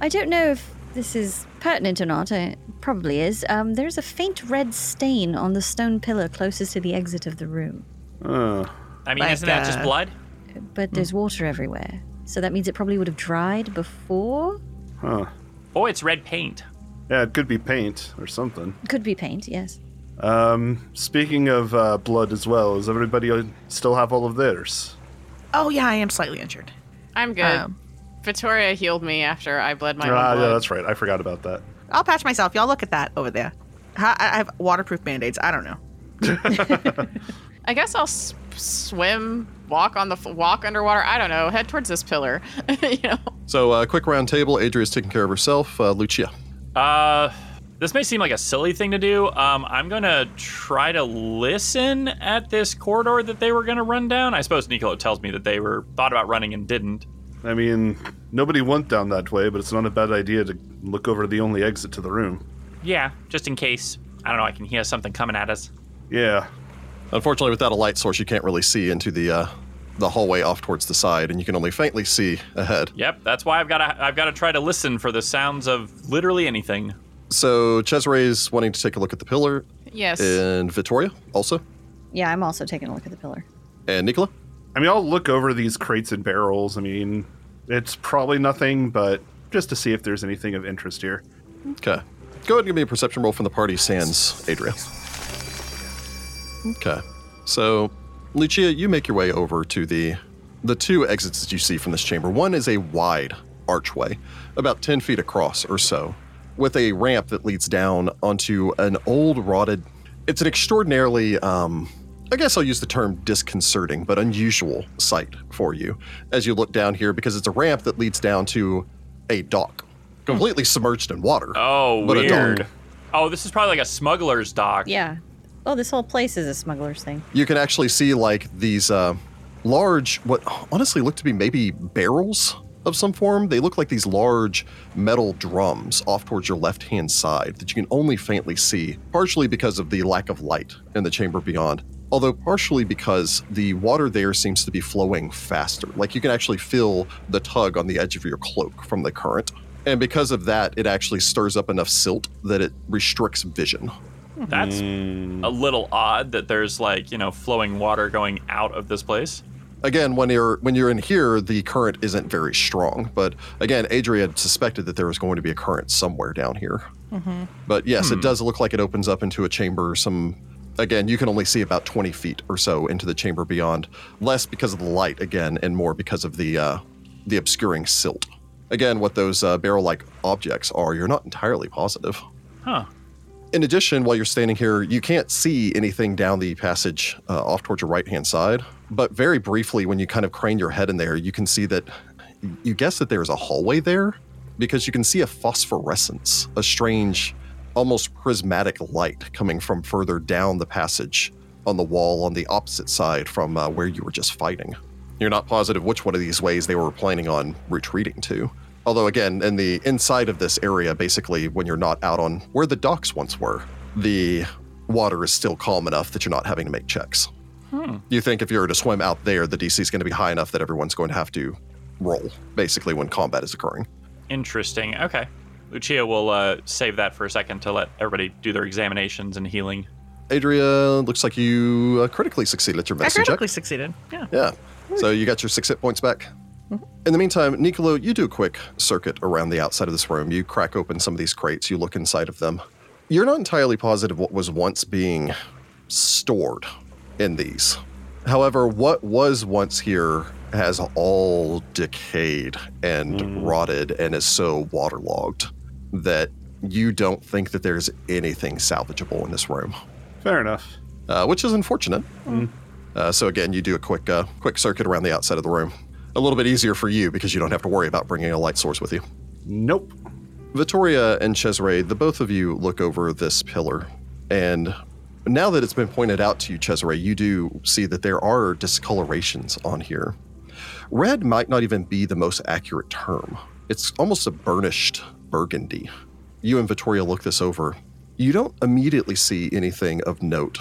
Speaker 4: I don't know if this is pertinent or not. It probably is. Um, there's a faint red stain on the stone pillar closest to the exit of the room,
Speaker 5: Uh,
Speaker 2: I mean,
Speaker 3: Like,
Speaker 2: isn't that just
Speaker 3: uh,
Speaker 2: blood?
Speaker 4: but there's water everywhere. So that means it probably would have dried before.
Speaker 5: huh.
Speaker 2: Oh, it's red paint.
Speaker 5: Yeah, it could be paint or something.
Speaker 4: Could be paint, yes.
Speaker 5: Um, speaking of uh, blood as well, does everybody still have all of theirs?
Speaker 3: oh, yeah, I am slightly injured.
Speaker 6: I'm good.
Speaker 3: Um,
Speaker 6: Vittoria healed me after I bled my
Speaker 5: Ah,
Speaker 6: own
Speaker 5: yeah,
Speaker 6: blood.
Speaker 5: that's right. I forgot about that.
Speaker 3: I'll patch myself. Y'all look at that over there. Ha- I I have waterproof band aids. I don't know.
Speaker 6: I guess I'll s- swim, walk on the f- walk underwater. I don't know. Head towards this pillar. you know.
Speaker 1: So, uh, quick round table. Adria's taking care of herself. Uh, Lucia.
Speaker 2: Uh, this may seem like a silly thing to do. Um, I'm gonna try to listen at this corridor that they were gonna run down. I suppose Nicolo tells me that they were thought about running and didn't.
Speaker 5: I mean, nobody went down that way, but it's not a bad idea to look over the only exit to the room.
Speaker 2: Yeah, just in case. I don't know. I can hear something coming at us.
Speaker 5: Yeah.
Speaker 1: Unfortunately, without a light source, you can't really see into the uh, the hallway off towards the side, and you can only faintly see ahead.
Speaker 2: Yep, that's why I've got to I've got to try to listen for the sounds of literally anything.
Speaker 1: So, Cesare's wanting to take a look at the pillar,
Speaker 6: Yes.
Speaker 1: and Vittoria also,
Speaker 4: Yeah, I'm also taking a look at the pillar.
Speaker 1: and Nicola.
Speaker 5: I mean, I'll look over these crates and barrels. I mean, it's probably nothing, but just to see if there's anything of interest here.
Speaker 1: Okay. Go ahead and give me a perception roll from the party sans Adria. Okay. So, Lucia, you make your way over to the the two exits that you see from this chamber. One is a wide archway, about 10 feet across or so, with a ramp that leads down onto an old rotted it's an extraordinarily um I guess I'll use the term disconcerting, but unusual sight for you as you look down here because it's a ramp that leads down to a dock, completely submerged in water.
Speaker 2: Oh,
Speaker 1: But a dog.
Speaker 2: weird. Oh, this is probably like a smuggler's dock.
Speaker 4: Yeah. Oh, this whole place is a smuggler's thing.
Speaker 1: you can actually see like these uh, large, what honestly look to be maybe barrels of some form. They look like these large metal drums off towards your left hand side that you can only faintly see, partially because of the lack of light in the chamber beyond. Although partially because the water there seems to be flowing faster. Like you can actually feel the tug on the edge of your cloak from the current. And because of that, it actually stirs up enough silt that it restricts vision.
Speaker 2: That's a little odd that there's like, you know, flowing water going out of this place.
Speaker 1: Again, when you're when you're in here, the current isn't very strong. But again, Adria had suspected that there was going to be a current somewhere down here. But yes, it does look like it opens up into a chamber. Some again, you can only see about 20 feet or so into the chamber beyond, less because of the light again, and more because of the uh, the obscuring silt. Again, what those uh, barrel-like objects are, you're not entirely positive
Speaker 2: Huh.
Speaker 1: in addition, while you're standing here, you can't see anything down the passage uh, off towards your right hand side. But very briefly, when you kind of crane your head in there, you can see that you guess that there is a hallway there because you can see a phosphorescence, a strange, almost prismatic light coming from further down the passage on the wall on the opposite side from uh, where you were just fighting. You're not positive which one of these ways they were planning on retreating to. Although, again, in the inside of this area, basically, when you're not out on where the docks once were, the water is still calm enough that you're not having to make checks. You think if you were to swim out there, the DC is going to be high enough that everyone's going to have to roll, basically, when combat is occurring.
Speaker 2: Interesting. Okay. Lucia will uh, save that for a second to let everybody do their examinations and healing.
Speaker 1: Adria, looks like you uh, critically succeeded at your
Speaker 3: I
Speaker 1: medicine check.
Speaker 3: critically succeeded. Yeah.
Speaker 1: Yeah. So you got your six hit points back. In the meantime, Nicolo, you do a quick circuit around the outside of this room. You crack open some of these crates, you look inside of them. You're not entirely positive what was once being stored in these. However, what was once here has all decayed and rotted and is so waterlogged that you don't think that there's anything salvageable in this room
Speaker 5: Fair enough.
Speaker 1: uh, which is unfortunate. Uh, so again, you do a quick uh, quick circuit around the outside of the room. A little bit easier for you because you don't have to worry about bringing a light source with you.
Speaker 5: Nope.
Speaker 1: Vittoria and Cesare, the both of you look over this pillar, and now that it's been pointed out to you, Cesare, you do see that there are discolorations on here. Red might not even be the most accurate term. It's almost a burnished burgundy. You and Vittoria look this over. You don't immediately see anything of note.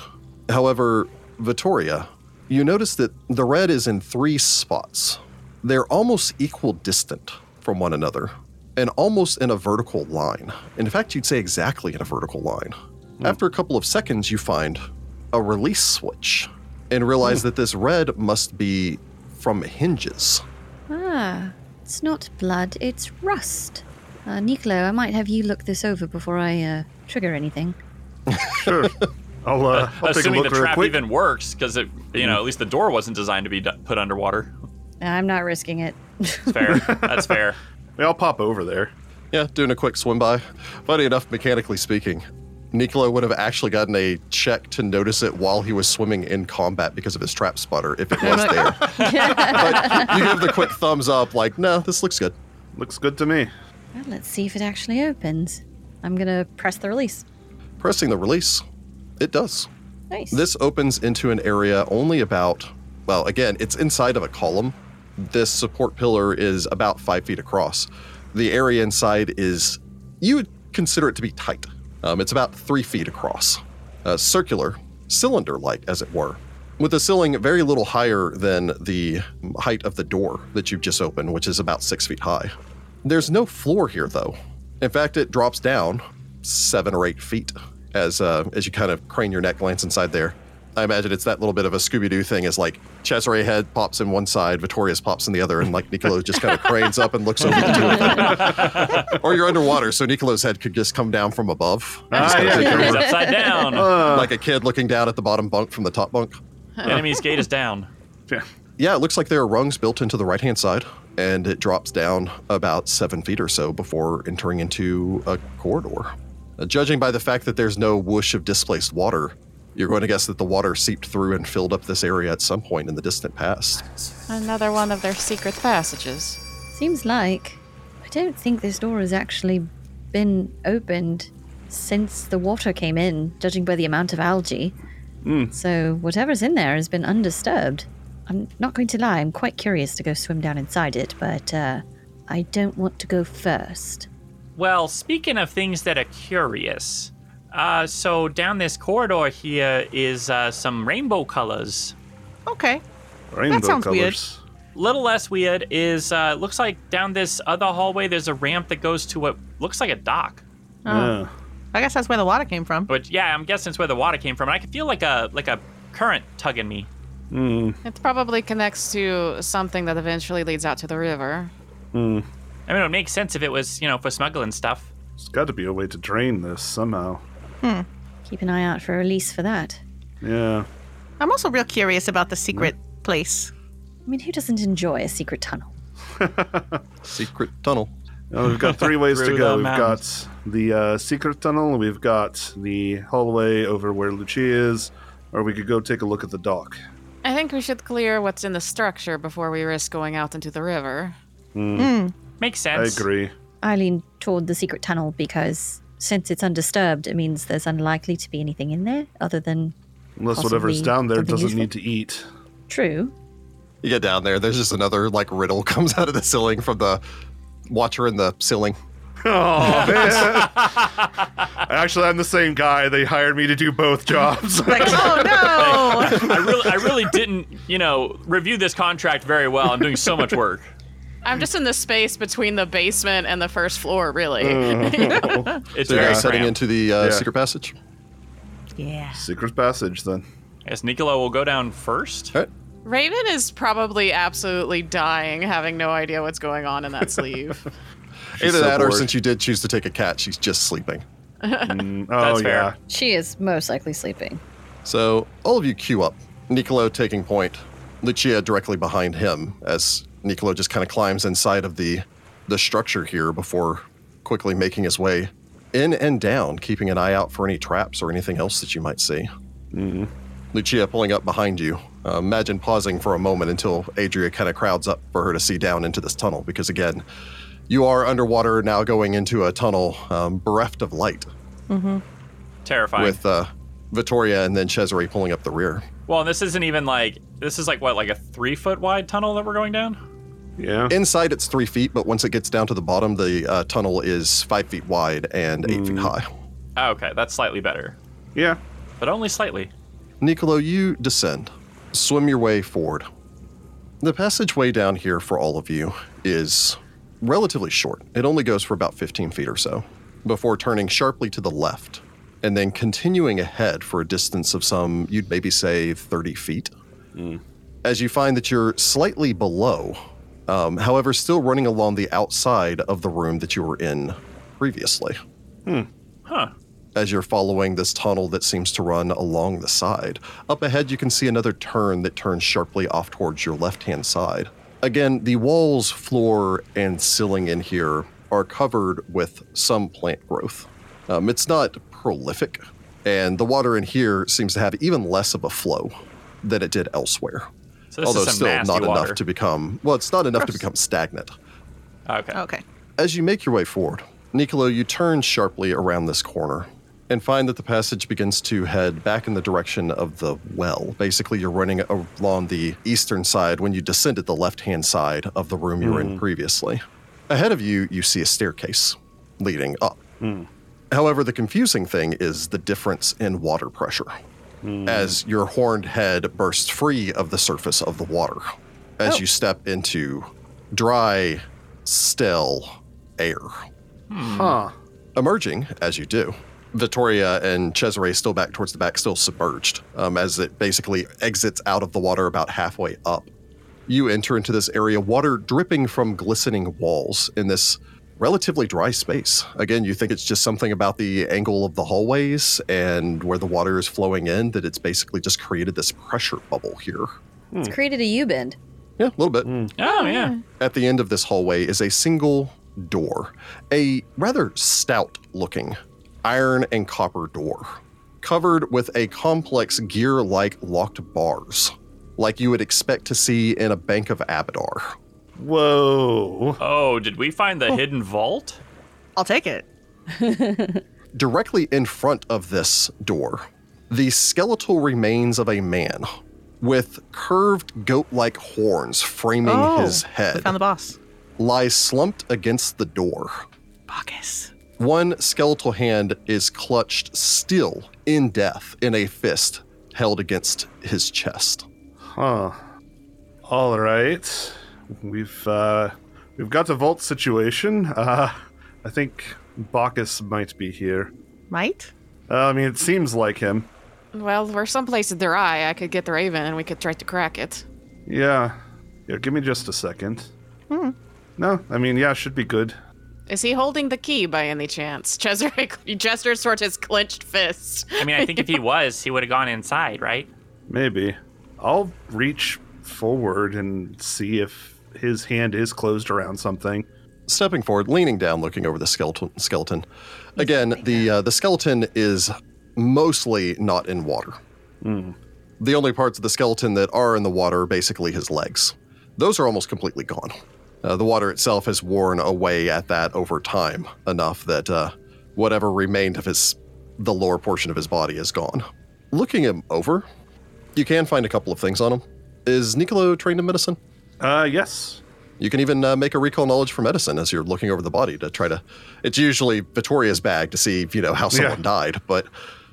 Speaker 1: However, Vittoria, you notice that the red is in three spots. They're almost equal distant from one another and almost in a vertical line. In fact, you'd say exactly in a vertical line. After a couple of seconds, you find a release switch and realize that this red must be from hinges.
Speaker 4: Ah, it's not blood, it's rust. Uh, Nicolo, I might have you look this over before I uh, trigger anything.
Speaker 5: Sure. I'll, uh, I'll take a
Speaker 2: Assuming the
Speaker 5: look real
Speaker 2: trap
Speaker 5: quick.
Speaker 2: even works, because it, you know, at least the door wasn't designed to be d- put underwater.
Speaker 4: I'm not risking it.
Speaker 2: It's fair. That's fair.
Speaker 5: Yeah, I'll pop over there.
Speaker 1: Yeah, doing a quick swim by. Funny enough, mechanically speaking, Nicolo would have actually gotten a check to notice it while he was swimming in combat because of his trap spotter if it was there. but you give the quick thumbs up, like, no, this looks good.
Speaker 5: Looks good to me.
Speaker 4: Well, let's see if it actually opens. I'm gonna press the release.
Speaker 1: Pressing the release, it does.
Speaker 4: Nice.
Speaker 1: This opens into an area only about, well, again, it's inside of a column. This support pillar is about five feet across. The area inside is, you would consider it to be tight. Um, it's about three feet across, uh, circular, cylinder like, as it were, with a ceiling very little higher than the height of the door that you've just opened, which is about six feet high. There's no floor here, though. In fact, it drops down seven or eight feet as uh, as you kind of crane your neck, glance inside there. I imagine it's that little bit of a Scooby Doo thing, is like Cesare head pops in one side, Vittoria's pops in the other, and like Niccolo just kind of cranes up and looks over the two of them. or you're underwater, so Niccolo's head could just come down from above,
Speaker 5: Ah,
Speaker 1: kinda
Speaker 5: yeah,
Speaker 1: take
Speaker 5: sure.
Speaker 2: It's upside down.
Speaker 5: Uh.
Speaker 1: like a kid looking down at the bottom bunk from the top bunk.
Speaker 2: Enemy's gate is down.
Speaker 5: Yeah.
Speaker 1: Yeah, it looks like there are rungs built into the right hand side, and it drops down about seven feet or so before entering into a corridor. Uh, judging by the fact that there's no whoosh of displaced water, you're going to guess that the water seeped through and filled up this area at some point in the distant past.
Speaker 6: Another one of their secret passages.
Speaker 4: Seems like I don't think this door has actually been opened since the water came in, judging by the amount of algae. So whatever's in there has been undisturbed. I'm not going to lie, I'm quite curious to go swim down inside it, but uh, I don't want to go first.
Speaker 2: Well, speaking of things that are curious, uh, so down this corridor here is uh, some rainbow colors.
Speaker 3: Okay.
Speaker 5: Rainbow
Speaker 3: sounds weird.
Speaker 5: colors.
Speaker 2: little less weird is uh, looks like down this other hallway there's a ramp that goes to what looks like a dock.
Speaker 3: Oh.
Speaker 5: Yeah.
Speaker 3: I guess that's where the water came from.
Speaker 2: But yeah, I'm guessing it's where the water came from. And I can feel like a like a current tugging me.
Speaker 6: It probably connects to something that eventually leads out to the river.
Speaker 2: I mean, it would make sense if it was you know for smuggling stuff.
Speaker 5: There's got to be a way to drain this somehow.
Speaker 4: Keep an eye out for a release for that.
Speaker 5: Yeah.
Speaker 3: I'm also real curious about the secret place.
Speaker 4: I mean, who doesn't enjoy a secret tunnel?
Speaker 1: Secret tunnel.
Speaker 5: Now Oh, we've got three ways to
Speaker 2: Through
Speaker 5: go.
Speaker 2: the
Speaker 5: We've
Speaker 2: mountains.
Speaker 5: got the uh, secret tunnel, we've got the hallway over where Lucia is, or we could go take a look at the dock.
Speaker 6: I think we should clear what's in the structure before we risk going out into the river.
Speaker 2: Makes
Speaker 5: I
Speaker 2: sense.
Speaker 5: agree.
Speaker 4: I lean toward the secret tunnel because since it's undisturbed, it means there's unlikely to be anything in there other than
Speaker 5: Unless whatever's
Speaker 4: Possibly
Speaker 5: down there
Speaker 4: something
Speaker 5: doesn't
Speaker 4: useful.
Speaker 5: need to eat.
Speaker 4: true.
Speaker 1: You get down there. There's just another like riddle comes out of the ceiling from the watcher in the ceiling.
Speaker 5: Oh man! Actually, I'm the same guy. They hired me to do both jobs.
Speaker 3: Like, oh no!
Speaker 2: I really, I really didn't, you know, review this contract very well. I'm doing so much work.
Speaker 6: I'm just in the space between the basement and the first floor, really.
Speaker 2: It's
Speaker 1: So you're
Speaker 2: very
Speaker 1: guys heading
Speaker 2: cramped.
Speaker 1: into the uh,
Speaker 5: Yeah.
Speaker 1: secret passage.
Speaker 3: yeah.
Speaker 5: Secret passage, then.
Speaker 2: I guess Nicola will go down first.
Speaker 1: All right.
Speaker 6: Raven is probably absolutely dying, having no idea what's going on in that sleeve.
Speaker 1: Either
Speaker 5: so
Speaker 1: that, or
Speaker 5: bored.
Speaker 1: since you did choose to take a cat, she's just sleeping.
Speaker 5: Mm,
Speaker 2: That's
Speaker 5: oh
Speaker 2: fair.
Speaker 5: yeah.
Speaker 4: She is most likely sleeping.
Speaker 1: So all of you queue up. Niccolo taking point, Lucia directly behind him as Niccolo just kind of climbs inside of the the structure here before quickly making his way in and down, keeping an eye out for any traps or anything else that you might see. Lucia pulling up behind you. Uh, imagine pausing for a moment until Adria kind of crowds up for her to see down into this tunnel because again, you are underwater now going into a tunnel um, bereft of light
Speaker 2: Terrifying.
Speaker 1: with uh, Vittoria and then Cesare pulling up the rear.
Speaker 2: well, this isn't even like this is like what, like a three foot wide tunnel that we're going down.
Speaker 5: Yeah.
Speaker 1: Inside, it's three feet, but once it gets down to the bottom, the uh, tunnel is five feet wide and eight feet high.
Speaker 2: Oh, okay, that's slightly better,
Speaker 5: yeah.
Speaker 2: but only slightly.
Speaker 1: Niccolo, you descend, swim your way forward. The passageway down here for all of you is relatively short. It only goes for about 15 feet or so before turning sharply to the left and then continuing ahead for a distance of some, you'd maybe say 30 feet. As you find that you're slightly below, um, however, still running along the outside of the room that you were in previously
Speaker 2: Huh.
Speaker 1: as you're following this tunnel that seems to run along the side. Up ahead, you can see another turn that turns sharply off towards your left hand side. Again, the walls, floor, and ceiling in here are covered with some plant growth. Um, it's not prolific, and the water in here seems to have even less of a flow than it did elsewhere.
Speaker 2: So this
Speaker 1: Although
Speaker 2: is some
Speaker 1: still
Speaker 2: nasty
Speaker 1: not
Speaker 2: water.
Speaker 1: enough to become, well, it's not enough to become stagnant.
Speaker 2: Okay.
Speaker 3: Okay.
Speaker 1: As you make your way forward, Niccolo, you turn sharply around this corner and find that the passage begins to head back in the direction of the well. Basically, you're running along the eastern side when you descended the left hand side of the room you were in previously. Ahead of you, you see a staircase leading up. However, the confusing thing is the difference in water pressure as your horned head bursts free of the surface of the water as you step into dry, stale air.
Speaker 5: Huh.
Speaker 1: Emerging, as you do, Vittoria and Cesare still back towards the back, still submerged, um, as it basically exits out of the water about halfway up. You enter into this area, water dripping from glistening walls in this relatively dry space. Again, you think it's just something about the angle of the hallways and where the water is flowing in that it's basically just created this pressure bubble here.
Speaker 4: It's
Speaker 5: Hmm.
Speaker 4: created a U bend.
Speaker 1: Yeah, a little bit
Speaker 2: Oh yeah.
Speaker 1: at the end of this hallway is a single door, a rather stout looking iron and copper door, covered with a complex gear like locked bars, like you would expect to see in a bank of Abadar.
Speaker 5: Whoa.
Speaker 2: Oh, did we find the hidden vault?
Speaker 3: I'll take it.
Speaker 1: Directly in front of this door, the skeletal remains of a man with curved goat like horns framing his
Speaker 3: We
Speaker 1: head
Speaker 3: Oh, found the boss.
Speaker 1: lies slumped against the door.
Speaker 3: Bacchus.
Speaker 1: One skeletal hand is clutched still in death in a fist held against his chest.
Speaker 5: Huh. All right. we've uh, we've got the vault situation. Uh, I think Bacchus might be here.
Speaker 3: Might?
Speaker 5: Uh, I mean, it seems like him.
Speaker 6: Well, we're someplace dry. I could get the raven and we could try to crack it.
Speaker 5: Yeah, yeah. Give me just a second.
Speaker 4: Hmm.
Speaker 5: No, I mean, yeah, should be good.
Speaker 6: Is he holding the key by any chance? Cheserick gestures towards his clenched fists.
Speaker 2: I mean, I think if he was, he would have gone inside, right?
Speaker 5: Maybe. I'll reach forward and see if his hand is closed around something.
Speaker 1: stepping forward, leaning down, looking over the skeleton. Skeleton, again, the uh, the skeleton is mostly not in water. The only parts of the skeleton that are in the water are basically his legs. Those are almost completely gone. Uh, the water itself has worn away at that over time enough that uh, whatever remained of his the lower portion of his body is gone. Looking him over, you can find a couple of things on him. Is Niccolo trained in medicine?
Speaker 5: Uh, yes.
Speaker 1: You can even uh, make a recall knowledge for medicine as you're looking over the body to try to. It's usually Vittoria's bag to see, you know, how someone
Speaker 5: Yeah.
Speaker 1: died. But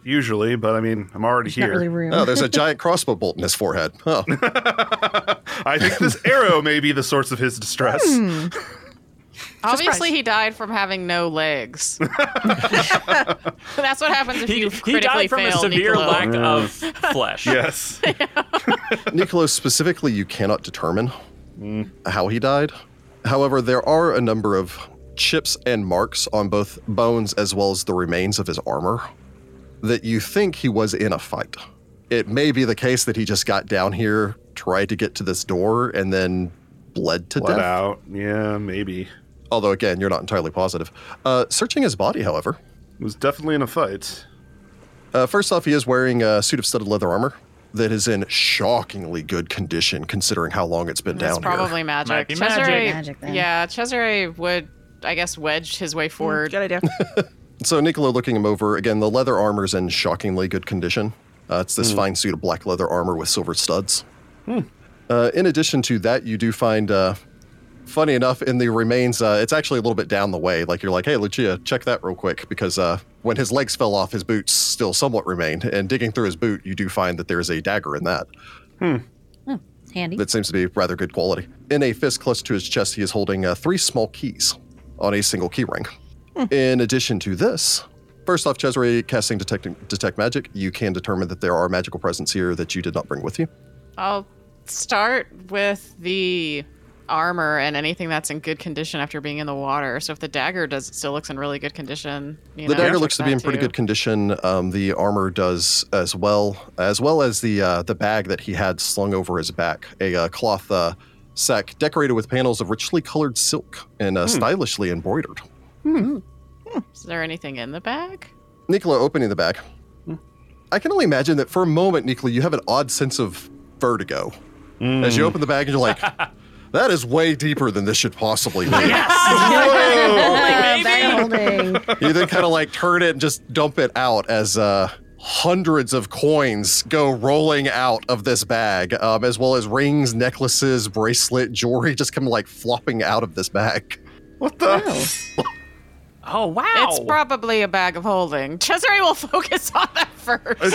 Speaker 5: Usually, but I mean, I'm already
Speaker 4: Not
Speaker 5: here.
Speaker 4: really room.
Speaker 1: oh, there's a giant crossbow bolt in his forehead. Oh,
Speaker 5: I think this arrow may be the source of his distress.
Speaker 4: Hmm.
Speaker 6: Obviously,
Speaker 3: Surprise.
Speaker 6: he died from having no legs. That's what happens if
Speaker 2: He,
Speaker 6: you
Speaker 2: he
Speaker 6: critically
Speaker 2: died from a
Speaker 6: fail,
Speaker 2: severe
Speaker 6: Niccolo.
Speaker 2: lack of flesh.
Speaker 5: yes.
Speaker 1: Niccolo specifically, you cannot determine how he died. However, there are a number of chips and marks on both bones as well as the remains of his armor that you think he was in a fight. It may be the case that he just got down here, tried to get to this door, and then bled to
Speaker 5: Let
Speaker 1: death.
Speaker 5: out. Yeah, maybe. It
Speaker 1: although again you're not entirely positive uh, searching his body however
Speaker 5: was definitely in a fight.
Speaker 1: uh, first off he is wearing a suit of studded leather armor that is in shockingly good condition considering how long it's been
Speaker 6: That's
Speaker 1: down
Speaker 6: probably
Speaker 1: here
Speaker 6: magic.
Speaker 2: Might be
Speaker 6: Cesare-
Speaker 2: magic.
Speaker 4: Magic, then.
Speaker 6: yeah, Cesare would, I guess, wedge his way forward.
Speaker 3: Good idea.
Speaker 1: so niccolo looking him over again the leather armor's in shockingly good condition uh, it's this fine suit of black leather armor with silver studs uh, in addition to that you do find uh, funny enough in the remains uh, it's actually a little bit down the way like you're like hey lucia check that real quick because uh, when his legs fell off his boots still somewhat remained and digging through his boot you do find that there's a dagger in that
Speaker 4: Handy.
Speaker 1: that seems to be rather good quality. In a fist clutched to his chest, he is holding uh, three small keys on a single keyring.
Speaker 6: Hmm.
Speaker 1: In addition to this, first off, Cesare casting detect, detect magic, you can determine that there are magical presence here that you did not bring with you.
Speaker 6: I'll start with the armor and anything that's in good condition after being in the water. So if the dagger does still looks in really good condition, you
Speaker 1: The
Speaker 6: know,
Speaker 1: dagger
Speaker 6: check
Speaker 1: looks to be
Speaker 6: that
Speaker 1: in pretty
Speaker 6: too.
Speaker 1: good condition. Um, the armor does as well, as well as the uh, the bag that he had slung over his back, a uh, cloth uh, sack decorated with panels of richly colored silk and uh,
Speaker 6: Hmm.
Speaker 1: stylishly embroidered.
Speaker 6: Is there anything in the bag?
Speaker 1: Nicola opening the bag. I can only imagine that for a moment, Nicola, you have an odd sense of vertigo as you open the bag and you're like, "That is way deeper than this should possibly be."
Speaker 4: Uh, bag holding.
Speaker 1: you then kind of like turn it and just dump it out as uh, hundreds of coins go rolling out of this bag, um, as well as rings, necklaces, bracelet, jewelry, just come like flopping out of this bag.
Speaker 5: What the?
Speaker 2: Oh wow.
Speaker 6: It's probably a bag of holding. Cesare will focus on that
Speaker 5: This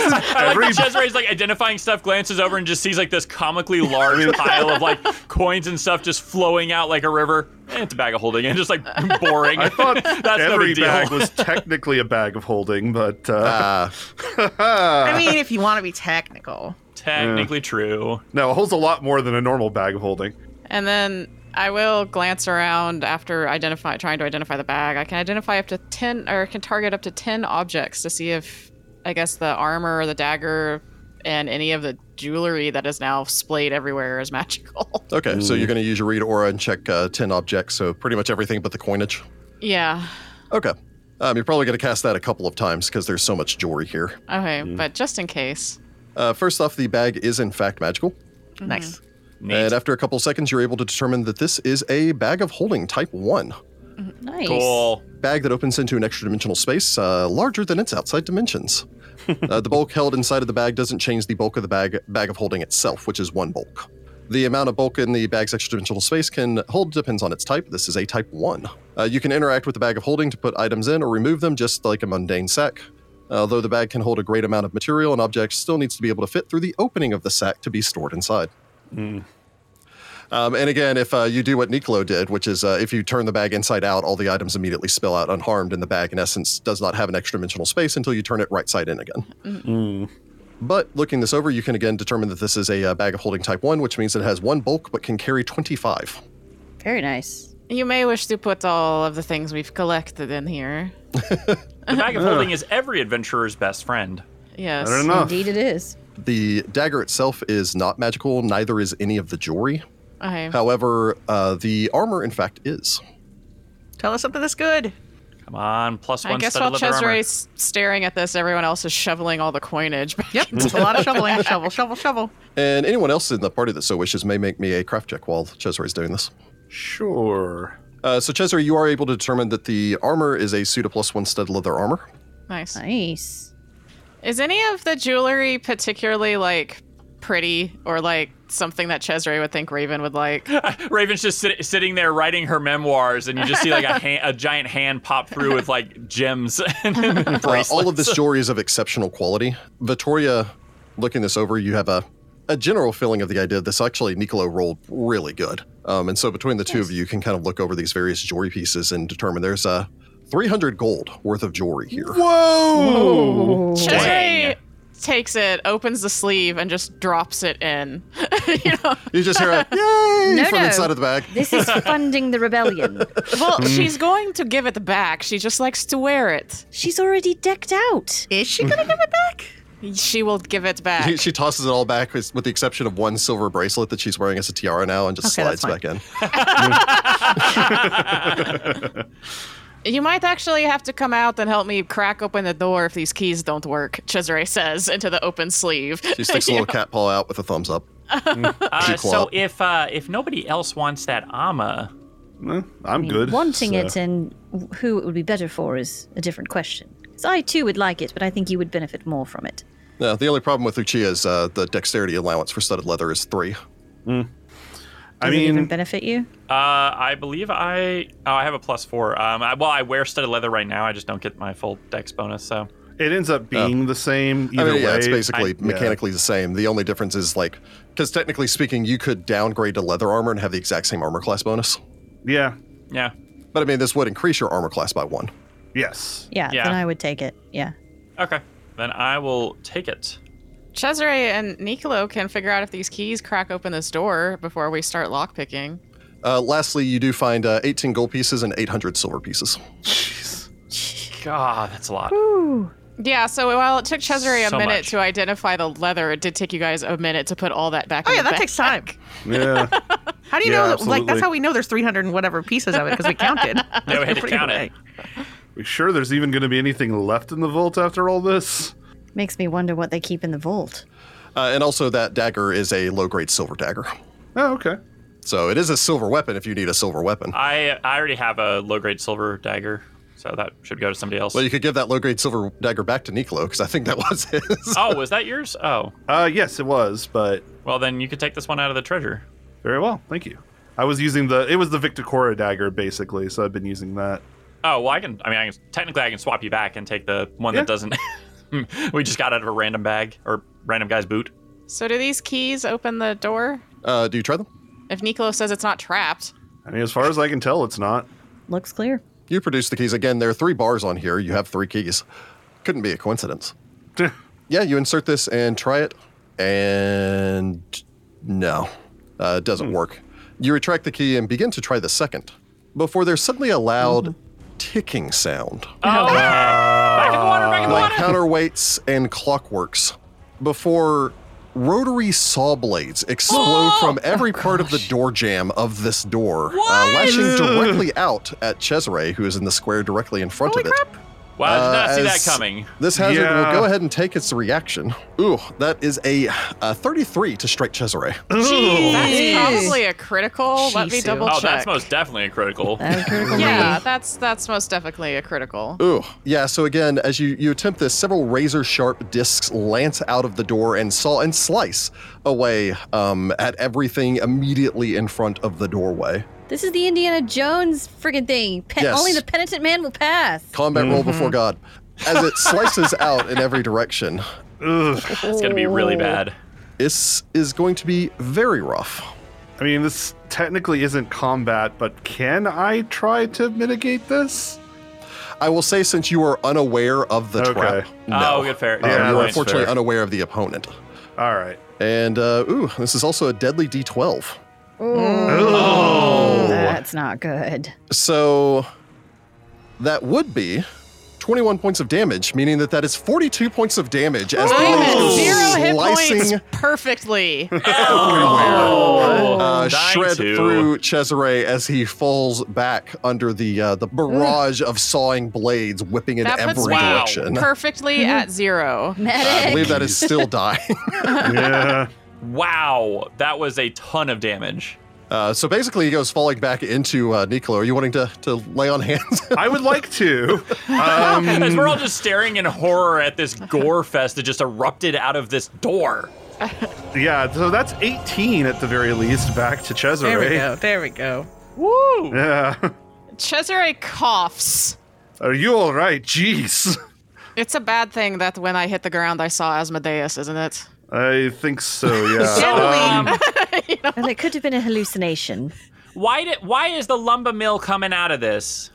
Speaker 6: first.
Speaker 5: is
Speaker 2: I
Speaker 5: every
Speaker 2: like that Cesare's like identifying stuff, glances over and just sees like this comically large pile of like coins and stuff just flowing out like a river. Eh, it's a bag of holding and just like boring.
Speaker 5: I thought
Speaker 2: that's no
Speaker 5: every
Speaker 2: big deal.
Speaker 5: bag was technically a bag of holding, but uh,
Speaker 1: Uh,
Speaker 3: I mean, if you want to be technical.
Speaker 2: Technically true.
Speaker 5: no, it holds a lot more than a normal bag of holding.
Speaker 6: and then I will glance around after identify trying to identify the bag. I can identify up to ten or can target up to ten objects to see if I guess the armor, the dagger, and any of the jewelry that is now splayed everywhere is magical.
Speaker 1: okay, so you're going to use your read aura and check uh, ten objects, so pretty much everything but the coinage.
Speaker 6: yeah.
Speaker 1: Okay. Um, you're probably going to cast that a couple of times because there's so much jewelry here.
Speaker 6: Okay, but just in case.
Speaker 1: Uh, first off, the bag is in fact magical.
Speaker 3: Nice.
Speaker 1: And
Speaker 2: Neat.
Speaker 1: after a couple seconds, you're able to determine that this is a bag of holding type 1.
Speaker 4: Nice.
Speaker 2: Cool.
Speaker 1: Bag that opens into an extra dimensional space uh, larger than its outside dimensions. uh, the bulk held inside of the bag doesn't change the bulk of the bag, bag of holding itself, which is one bulk. The amount of bulk in the bag's extra dimensional space can hold depends on its type. This is a type 1. Uh, you can interact with the bag of holding to put items in or remove them, just like a mundane sack. Although the bag can hold a great amount of material, an object still needs to be able to fit through the opening of the sack to be stored inside. Um, and again, if uh, you do what Nicolo did, which is uh, if you turn the bag inside out, all the items immediately spill out unharmed, and the bag, in essence, does not have an extra dimensional space until you turn it right side in again. Mm. But looking this over, you can again determine that this is a uh, bag of holding type 1, which means it has one bulk but can carry 25.
Speaker 4: Very nice.
Speaker 6: You may wish to put all of the things we've collected in here.
Speaker 2: The bag of holding is every adventurer's best friend.
Speaker 6: Yes.
Speaker 5: Fair enough.
Speaker 4: Indeed, it is.
Speaker 1: The dagger itself is not magical, neither is any of the jewelry.
Speaker 6: Okay.
Speaker 1: However, uh, the armor, in fact, is.
Speaker 3: Tell us something that's good.
Speaker 2: Come on, plus one
Speaker 6: I guess
Speaker 2: studded
Speaker 6: while
Speaker 2: leather armor.
Speaker 6: Cesare's staring at this, everyone else is shoveling all the coinage. back.
Speaker 3: Yep, it's a lot of shoveling. Shovel, shovel, shovel.
Speaker 1: And anyone else in the party that so wishes may make me a craft check while Cesare is doing this.
Speaker 5: Sure.
Speaker 1: Uh, so, Cesare, you are able to determine that the armor is a pseudo plus one stud leather armor. Uh,
Speaker 6: Nice.
Speaker 4: Nice.
Speaker 6: Is any of the jewelry particularly like pretty or like something that Cesare would think Raven would like?
Speaker 2: Raven's just sit- sitting there writing her memoirs, and you just see like a, hand, a giant hand pop through with like gems. and
Speaker 1: Uh,
Speaker 2: bracelets.
Speaker 1: all of this jewelry is of exceptional quality. Vittoria, looking this over, you have a, a general feeling of the idea that this actually Niccolo rolled really good. Um, and so, between the two of you, you can kind of look over these various jewelry pieces and determine there's uh, 300 gold worth of jewelry here.
Speaker 5: Whoa!
Speaker 2: Dang.
Speaker 4: Oh,
Speaker 6: Cesare takes it, opens the sleeve, and just drops it in. you know?
Speaker 1: You just hear a yay
Speaker 4: No,
Speaker 1: from
Speaker 4: no.
Speaker 1: inside of the bag.
Speaker 4: This is funding the rebellion.
Speaker 6: Well, she's going to give it back. She just likes to wear it.
Speaker 4: She's already decked out.
Speaker 3: Is she gonna give it back?
Speaker 6: She will give it
Speaker 1: He-
Speaker 6: back.
Speaker 1: she tosses it all back with, with the exception of one silver bracelet that she's wearing as a tiara now and just
Speaker 3: Okay, that's
Speaker 1: slides back in.
Speaker 6: You might actually have to come out and help me crack open the door if these keys don't work, Cesare says into the open sleeve.
Speaker 1: She sticks a little cat paw out with a thumbs up.
Speaker 2: Uh,
Speaker 1: Equal
Speaker 2: so
Speaker 1: up.
Speaker 2: if uh, if nobody else wants that ama,
Speaker 5: Well, I'm good.
Speaker 4: Wanting
Speaker 5: so.
Speaker 4: it and who it would be better for is a different question. 'Cause I too would like it, but I think you would benefit more from it.
Speaker 1: Now, the only problem with Lucia is uh, the dexterity allowance for studded leather is three.
Speaker 5: I
Speaker 4: Does it even
Speaker 5: mean,
Speaker 4: benefit you?
Speaker 2: uh, I believe I oh, I have a plus four. Um, I, well, I wear studded leather right now. I just don't get my full dex bonus. So
Speaker 5: it ends up being the same
Speaker 1: Oh. I
Speaker 5: either
Speaker 1: mean,
Speaker 5: way.
Speaker 1: yeah, it's basically
Speaker 2: I-
Speaker 1: mechanically the same. The only difference is like, because technically speaking, you could downgrade to leather armor and have the exact same armor class bonus.
Speaker 5: Yeah.
Speaker 2: yeah,
Speaker 1: But I mean, this would increase your armor class by one.
Speaker 5: Yes.
Speaker 4: Yeah,
Speaker 2: Yeah.
Speaker 4: then I would take it. Yeah.
Speaker 2: okay, then I will take it.
Speaker 6: Cesare and Nicolo can figure out if these keys crack open this door before we start lockpicking.
Speaker 1: Uh, lastly, you do find uh, 18 gold pieces and 800 silver pieces.
Speaker 2: God, that's a lot.
Speaker 6: Yeah, so while it took Cesare a
Speaker 2: So
Speaker 6: minute
Speaker 2: much.
Speaker 6: to identify the leather, it did take you guys a minute to put all that back
Speaker 3: Oh
Speaker 6: in
Speaker 3: yeah,
Speaker 6: the
Speaker 3: that
Speaker 6: bag.
Speaker 3: takes time.
Speaker 5: Yeah.
Speaker 3: How do you
Speaker 5: Yeah,
Speaker 3: know? that- Like that's
Speaker 5: absolutely.
Speaker 3: how we know there's 300 and whatever pieces of it because we counted.
Speaker 2: Yeah, we had to
Speaker 3: Pretty
Speaker 2: count it.
Speaker 3: right.
Speaker 5: we sure there's even going to be anything left in the vault after all this?
Speaker 4: Makes me wonder what they keep in the vault.
Speaker 1: Uh, and also, that dagger is a low grade silver dagger.
Speaker 5: Oh, okay.
Speaker 1: So it is a silver weapon if you need a silver weapon.
Speaker 2: I I already have a low grade silver dagger, so that should go to somebody else.
Speaker 1: Well, you could give that low grade silver dagger back to Nicolo because I think that was his.
Speaker 2: oh, was that yours? Oh,
Speaker 5: Uh, yes, it was, but
Speaker 2: well then you could take this one out of the treasure.
Speaker 5: very well. Thank you. I was using the. It was the Victicora dagger, basically, so I've been using that.
Speaker 2: Oh well, I can. I mean, I can, technically, I can swap you back and take the one
Speaker 5: Yeah.
Speaker 2: that doesn't. we just got out of a random bag or random guy's boot.
Speaker 6: So do these keys open the door?
Speaker 1: Uh, do you try them?
Speaker 6: If Nicolo says it's not trapped,
Speaker 5: I mean, as far as I can tell, it's not.
Speaker 4: Looks clear.
Speaker 1: You produce the keys. Again, there are three bars on here. You have three keys. Couldn't be a coincidence. Yeah, you insert this and try it, and no, uh, it
Speaker 2: Hmm.
Speaker 1: doesn't work. You retract the key and begin to try the second before there's suddenly a loud ticking sound,
Speaker 2: Oh, back in the water, back in the
Speaker 1: like
Speaker 2: water.
Speaker 1: counterweights and clockworks, before rotary saw blades explode from every
Speaker 2: Oh,
Speaker 1: part of the door jam of this door, uh, lashing directly out at Cesare, who is in the square directly in front of it.
Speaker 2: Wow, I did not
Speaker 1: Uh,
Speaker 2: see that
Speaker 1: as
Speaker 2: coming.
Speaker 1: This hazard
Speaker 5: Yeah.
Speaker 1: will go ahead and take its reaction. Ooh, that is a, uh 33 to strike Cesare.
Speaker 6: that's
Speaker 4: Jeez.
Speaker 6: probably a critical. Let me
Speaker 3: Shizu.
Speaker 6: double
Speaker 2: Oh,
Speaker 6: check.
Speaker 2: that's most definitely a critical.
Speaker 4: That was critical
Speaker 6: yeah,
Speaker 4: need.
Speaker 6: that's that's most definitely a critical.
Speaker 1: Ooh, yeah. So again, as you, you attempt this, several razor sharp discs lance out of the door and saw and slice away um, at everything immediately in front of the doorway.
Speaker 4: This is the Indiana Jones friggin' thing. Pe-
Speaker 1: Yes.
Speaker 4: Only the penitent man will pass.
Speaker 1: Combat roll before God, as it slices out in every direction. Oh.
Speaker 2: It's gonna be really bad.
Speaker 1: This is going to be very rough.
Speaker 5: I mean, this technically isn't combat, but can I try to mitigate this?
Speaker 1: I will say, since you are unaware of the
Speaker 5: Okay.
Speaker 1: trap, no.
Speaker 2: Oh, good fair.
Speaker 1: Uh,
Speaker 2: Yeah,
Speaker 5: Yeah,
Speaker 1: you are
Speaker 5: that's
Speaker 1: unfortunately
Speaker 5: fair.
Speaker 1: unaware of the opponent.
Speaker 5: All right.
Speaker 1: And uh, ooh, this is also a deadly D12.
Speaker 4: That's not good.
Speaker 1: So that would be 21 points of damage, meaning that that is 42 points of damage as the
Speaker 6: I'm at
Speaker 1: blade goes
Speaker 6: zero hit
Speaker 1: slicing
Speaker 6: points perfectly.
Speaker 1: uh,
Speaker 2: Dying
Speaker 1: shred
Speaker 2: to.
Speaker 1: through Cesare as he falls back under the uh, the barrage of sawing blades whipping in
Speaker 6: That
Speaker 1: every
Speaker 6: puts me
Speaker 2: Wow.
Speaker 1: direction.
Speaker 6: perfectly at zero.
Speaker 1: I
Speaker 4: Medic.
Speaker 1: believe that is still dying.
Speaker 5: Yeah.
Speaker 2: Wow, that was a ton of damage.
Speaker 1: Uh, so basically, he goes falling back into uh, Nicolo. Are you wanting to, to lay on hands?
Speaker 5: I would like to.
Speaker 1: Um,
Speaker 2: As we're all just staring in horror at this gore fest that just erupted out of this door.
Speaker 5: Yeah, so that's 18 at the very least back to Cesare.
Speaker 3: There we go. There we go.
Speaker 2: Woo!
Speaker 5: Yeah.
Speaker 6: Cesare coughs.
Speaker 5: Are you all right? Jeez.
Speaker 6: It's a bad thing that when I hit the ground, I saw Asmodeus, isn't it?
Speaker 5: I think so, yeah.
Speaker 2: Um,
Speaker 4: Well, it Oh, could have been a hallucination.
Speaker 2: why did? Why is the lumber mill coming out of this?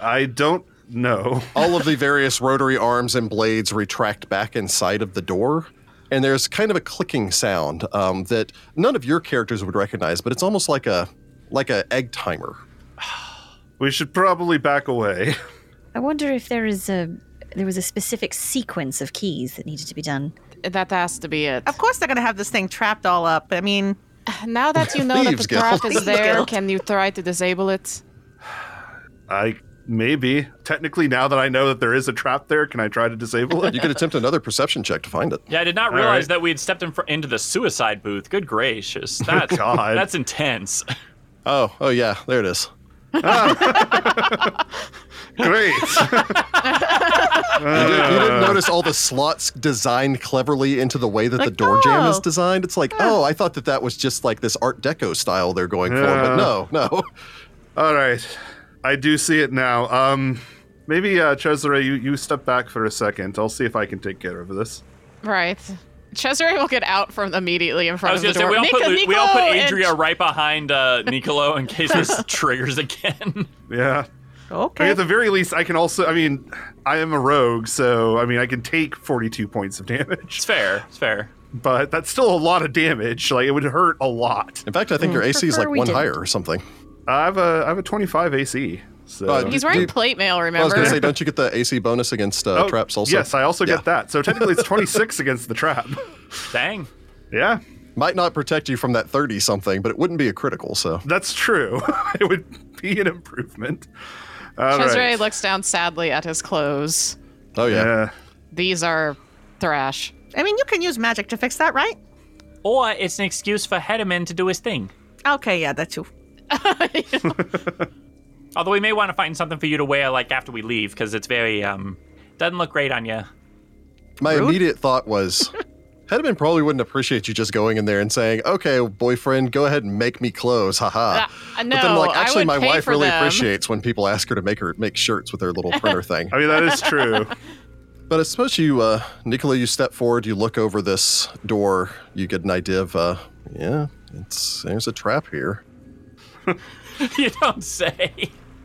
Speaker 5: I don't know.
Speaker 1: All of the various rotary arms and blades retract back inside of the door, and there's kind of a clicking sound um, that none of your characters would recognize, but it's almost like a like a egg timer.
Speaker 5: We should probably back away.
Speaker 4: I wonder if there is a there was a specific sequence of keys that needed to be done.
Speaker 6: That has to be it.
Speaker 3: Of course, they're gonna have this thing trapped all up. I mean,
Speaker 6: Oh, Now that you know that the
Speaker 1: Thieves Guild.
Speaker 6: trap is
Speaker 1: Thieves
Speaker 6: there,
Speaker 3: Guild.
Speaker 6: can you try to disable it?
Speaker 5: I maybe. Technically, now that I know that there is a trap there, can I try to disable it?
Speaker 1: You could attempt another perception check to find it.
Speaker 2: Yeah, I did not realize
Speaker 5: right.
Speaker 2: that we had stepped in fr- into the suicide booth. Good gracious, that's
Speaker 5: Oh, God.
Speaker 2: that's intense.
Speaker 1: Oh, oh yeah, there it is.
Speaker 5: Great.
Speaker 1: You, did, not
Speaker 5: Uh.
Speaker 1: notice all the slots designed cleverly into the way that the door jam is
Speaker 3: oh.
Speaker 1: designed. It's like, oh, I thought that that was just like this Art Deco style they're going for, but
Speaker 5: Yeah.
Speaker 1: no, no.
Speaker 5: all right. I do see it now. Um, maybe uh, Cesare, you, you step back for a second. I'll see if I can take care of this.
Speaker 6: Right. Cesare will get out from immediately in
Speaker 2: I
Speaker 6: front
Speaker 2: was
Speaker 6: of the
Speaker 2: gonna
Speaker 6: door.
Speaker 2: say we all,
Speaker 6: Nico-
Speaker 2: put, Lu- we all
Speaker 6: Nico
Speaker 2: put
Speaker 6: and-
Speaker 2: Adria right behind uh, Nicolo in case this triggers again.
Speaker 5: Yeah. I mean,
Speaker 3: okay.
Speaker 5: at the very least, I can also. I mean, I am a rogue, so I mean, I can take 42 points of
Speaker 2: It's
Speaker 5: damage,
Speaker 2: fair. It's fair.
Speaker 5: but that's still a lot of damage. Like, it would hurt a lot.
Speaker 1: In fact, I think your AC is
Speaker 4: Mm. Prefer
Speaker 1: like
Speaker 4: we
Speaker 1: one
Speaker 4: didn't.
Speaker 1: higher or something.
Speaker 5: I have a I have a 25 AC. So
Speaker 1: Uh,
Speaker 6: He's wearing
Speaker 1: Dude.
Speaker 6: plate mail,
Speaker 1: I was
Speaker 6: remember?
Speaker 1: going to say, don't you get the AC bonus against uh,
Speaker 5: Oh,
Speaker 1: traps also?
Speaker 5: Yes, I also
Speaker 1: Yeah.
Speaker 5: get that. So technically, it's 26 against the trap.
Speaker 2: Dang.
Speaker 5: Yeah,
Speaker 1: Might not protect you from that 30 something, but it wouldn't be a critical, so.
Speaker 5: that's true. it would be an improvement. All right. Uh,
Speaker 6: Cesare looks down sadly at his clothes.
Speaker 1: Oh, yeah.
Speaker 5: Yeah.
Speaker 6: These are thrash.
Speaker 3: I mean, you can use magic to fix that, right?
Speaker 2: Or it's an excuse for Hedeman to do his thing.
Speaker 3: Okay, yeah, that too.
Speaker 2: Although we may want to find something for you to wear, like after we leave, because it's very um doesn't look great on you.
Speaker 1: My immediate thought was Hedman probably wouldn't appreciate you just going in there and saying, okay, boyfriend, go ahead and make me clothes. Haha.
Speaker 6: Uh,
Speaker 1: but then,
Speaker 6: no,
Speaker 1: like,
Speaker 6: I
Speaker 1: actually,
Speaker 6: would
Speaker 1: my
Speaker 6: pay
Speaker 1: wife
Speaker 6: for
Speaker 1: really
Speaker 6: them.
Speaker 1: appreciates when people ask her to make her make shirts with her little printer thing.
Speaker 5: I mean, that is true.
Speaker 1: But I suppose you, uh, Nicola, you step forward, you look over this door, you get an idea of, uh, yeah, it's there's a trap here.
Speaker 2: you don't say.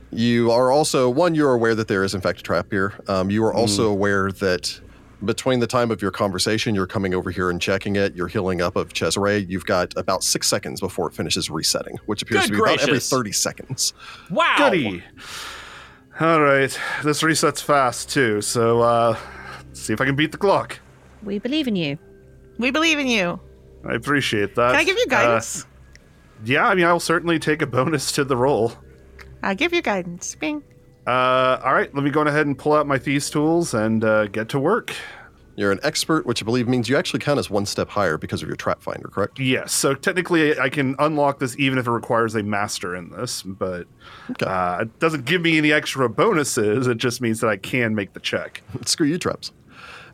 Speaker 1: You are also one. You're aware that there is, in fact, a trap here. Um, you are also aware that between the time of your conversation, you're coming over here and checking it. You're healing up of Cesare. You've got about six seconds before it finishes resetting, which appears
Speaker 2: Good
Speaker 1: to be about every
Speaker 2: gracious.
Speaker 1: thirty seconds.
Speaker 2: Wow.
Speaker 5: Goody. All right, this resets fast too. So uh, see if I can beat the clock.
Speaker 4: We believe in you.
Speaker 3: We believe in you.
Speaker 5: I appreciate that.
Speaker 3: Can I give you
Speaker 5: Uh,
Speaker 3: guidance?
Speaker 5: yeah, I mean, I'll certainly take a bonus to the roll.
Speaker 3: I'll give you guidance. Bing.
Speaker 5: Uh, all right, let me go ahead and pull out my thieves' tools and uh, get to work.
Speaker 1: You're an expert, which I believe means you actually count as one step higher because of your trap finder, correct?
Speaker 5: Yes, so technically I can unlock this even if it requires a master in this, but uh, it doesn't give me any extra bonuses. It just means that I can make the check.
Speaker 1: Screw you, traps.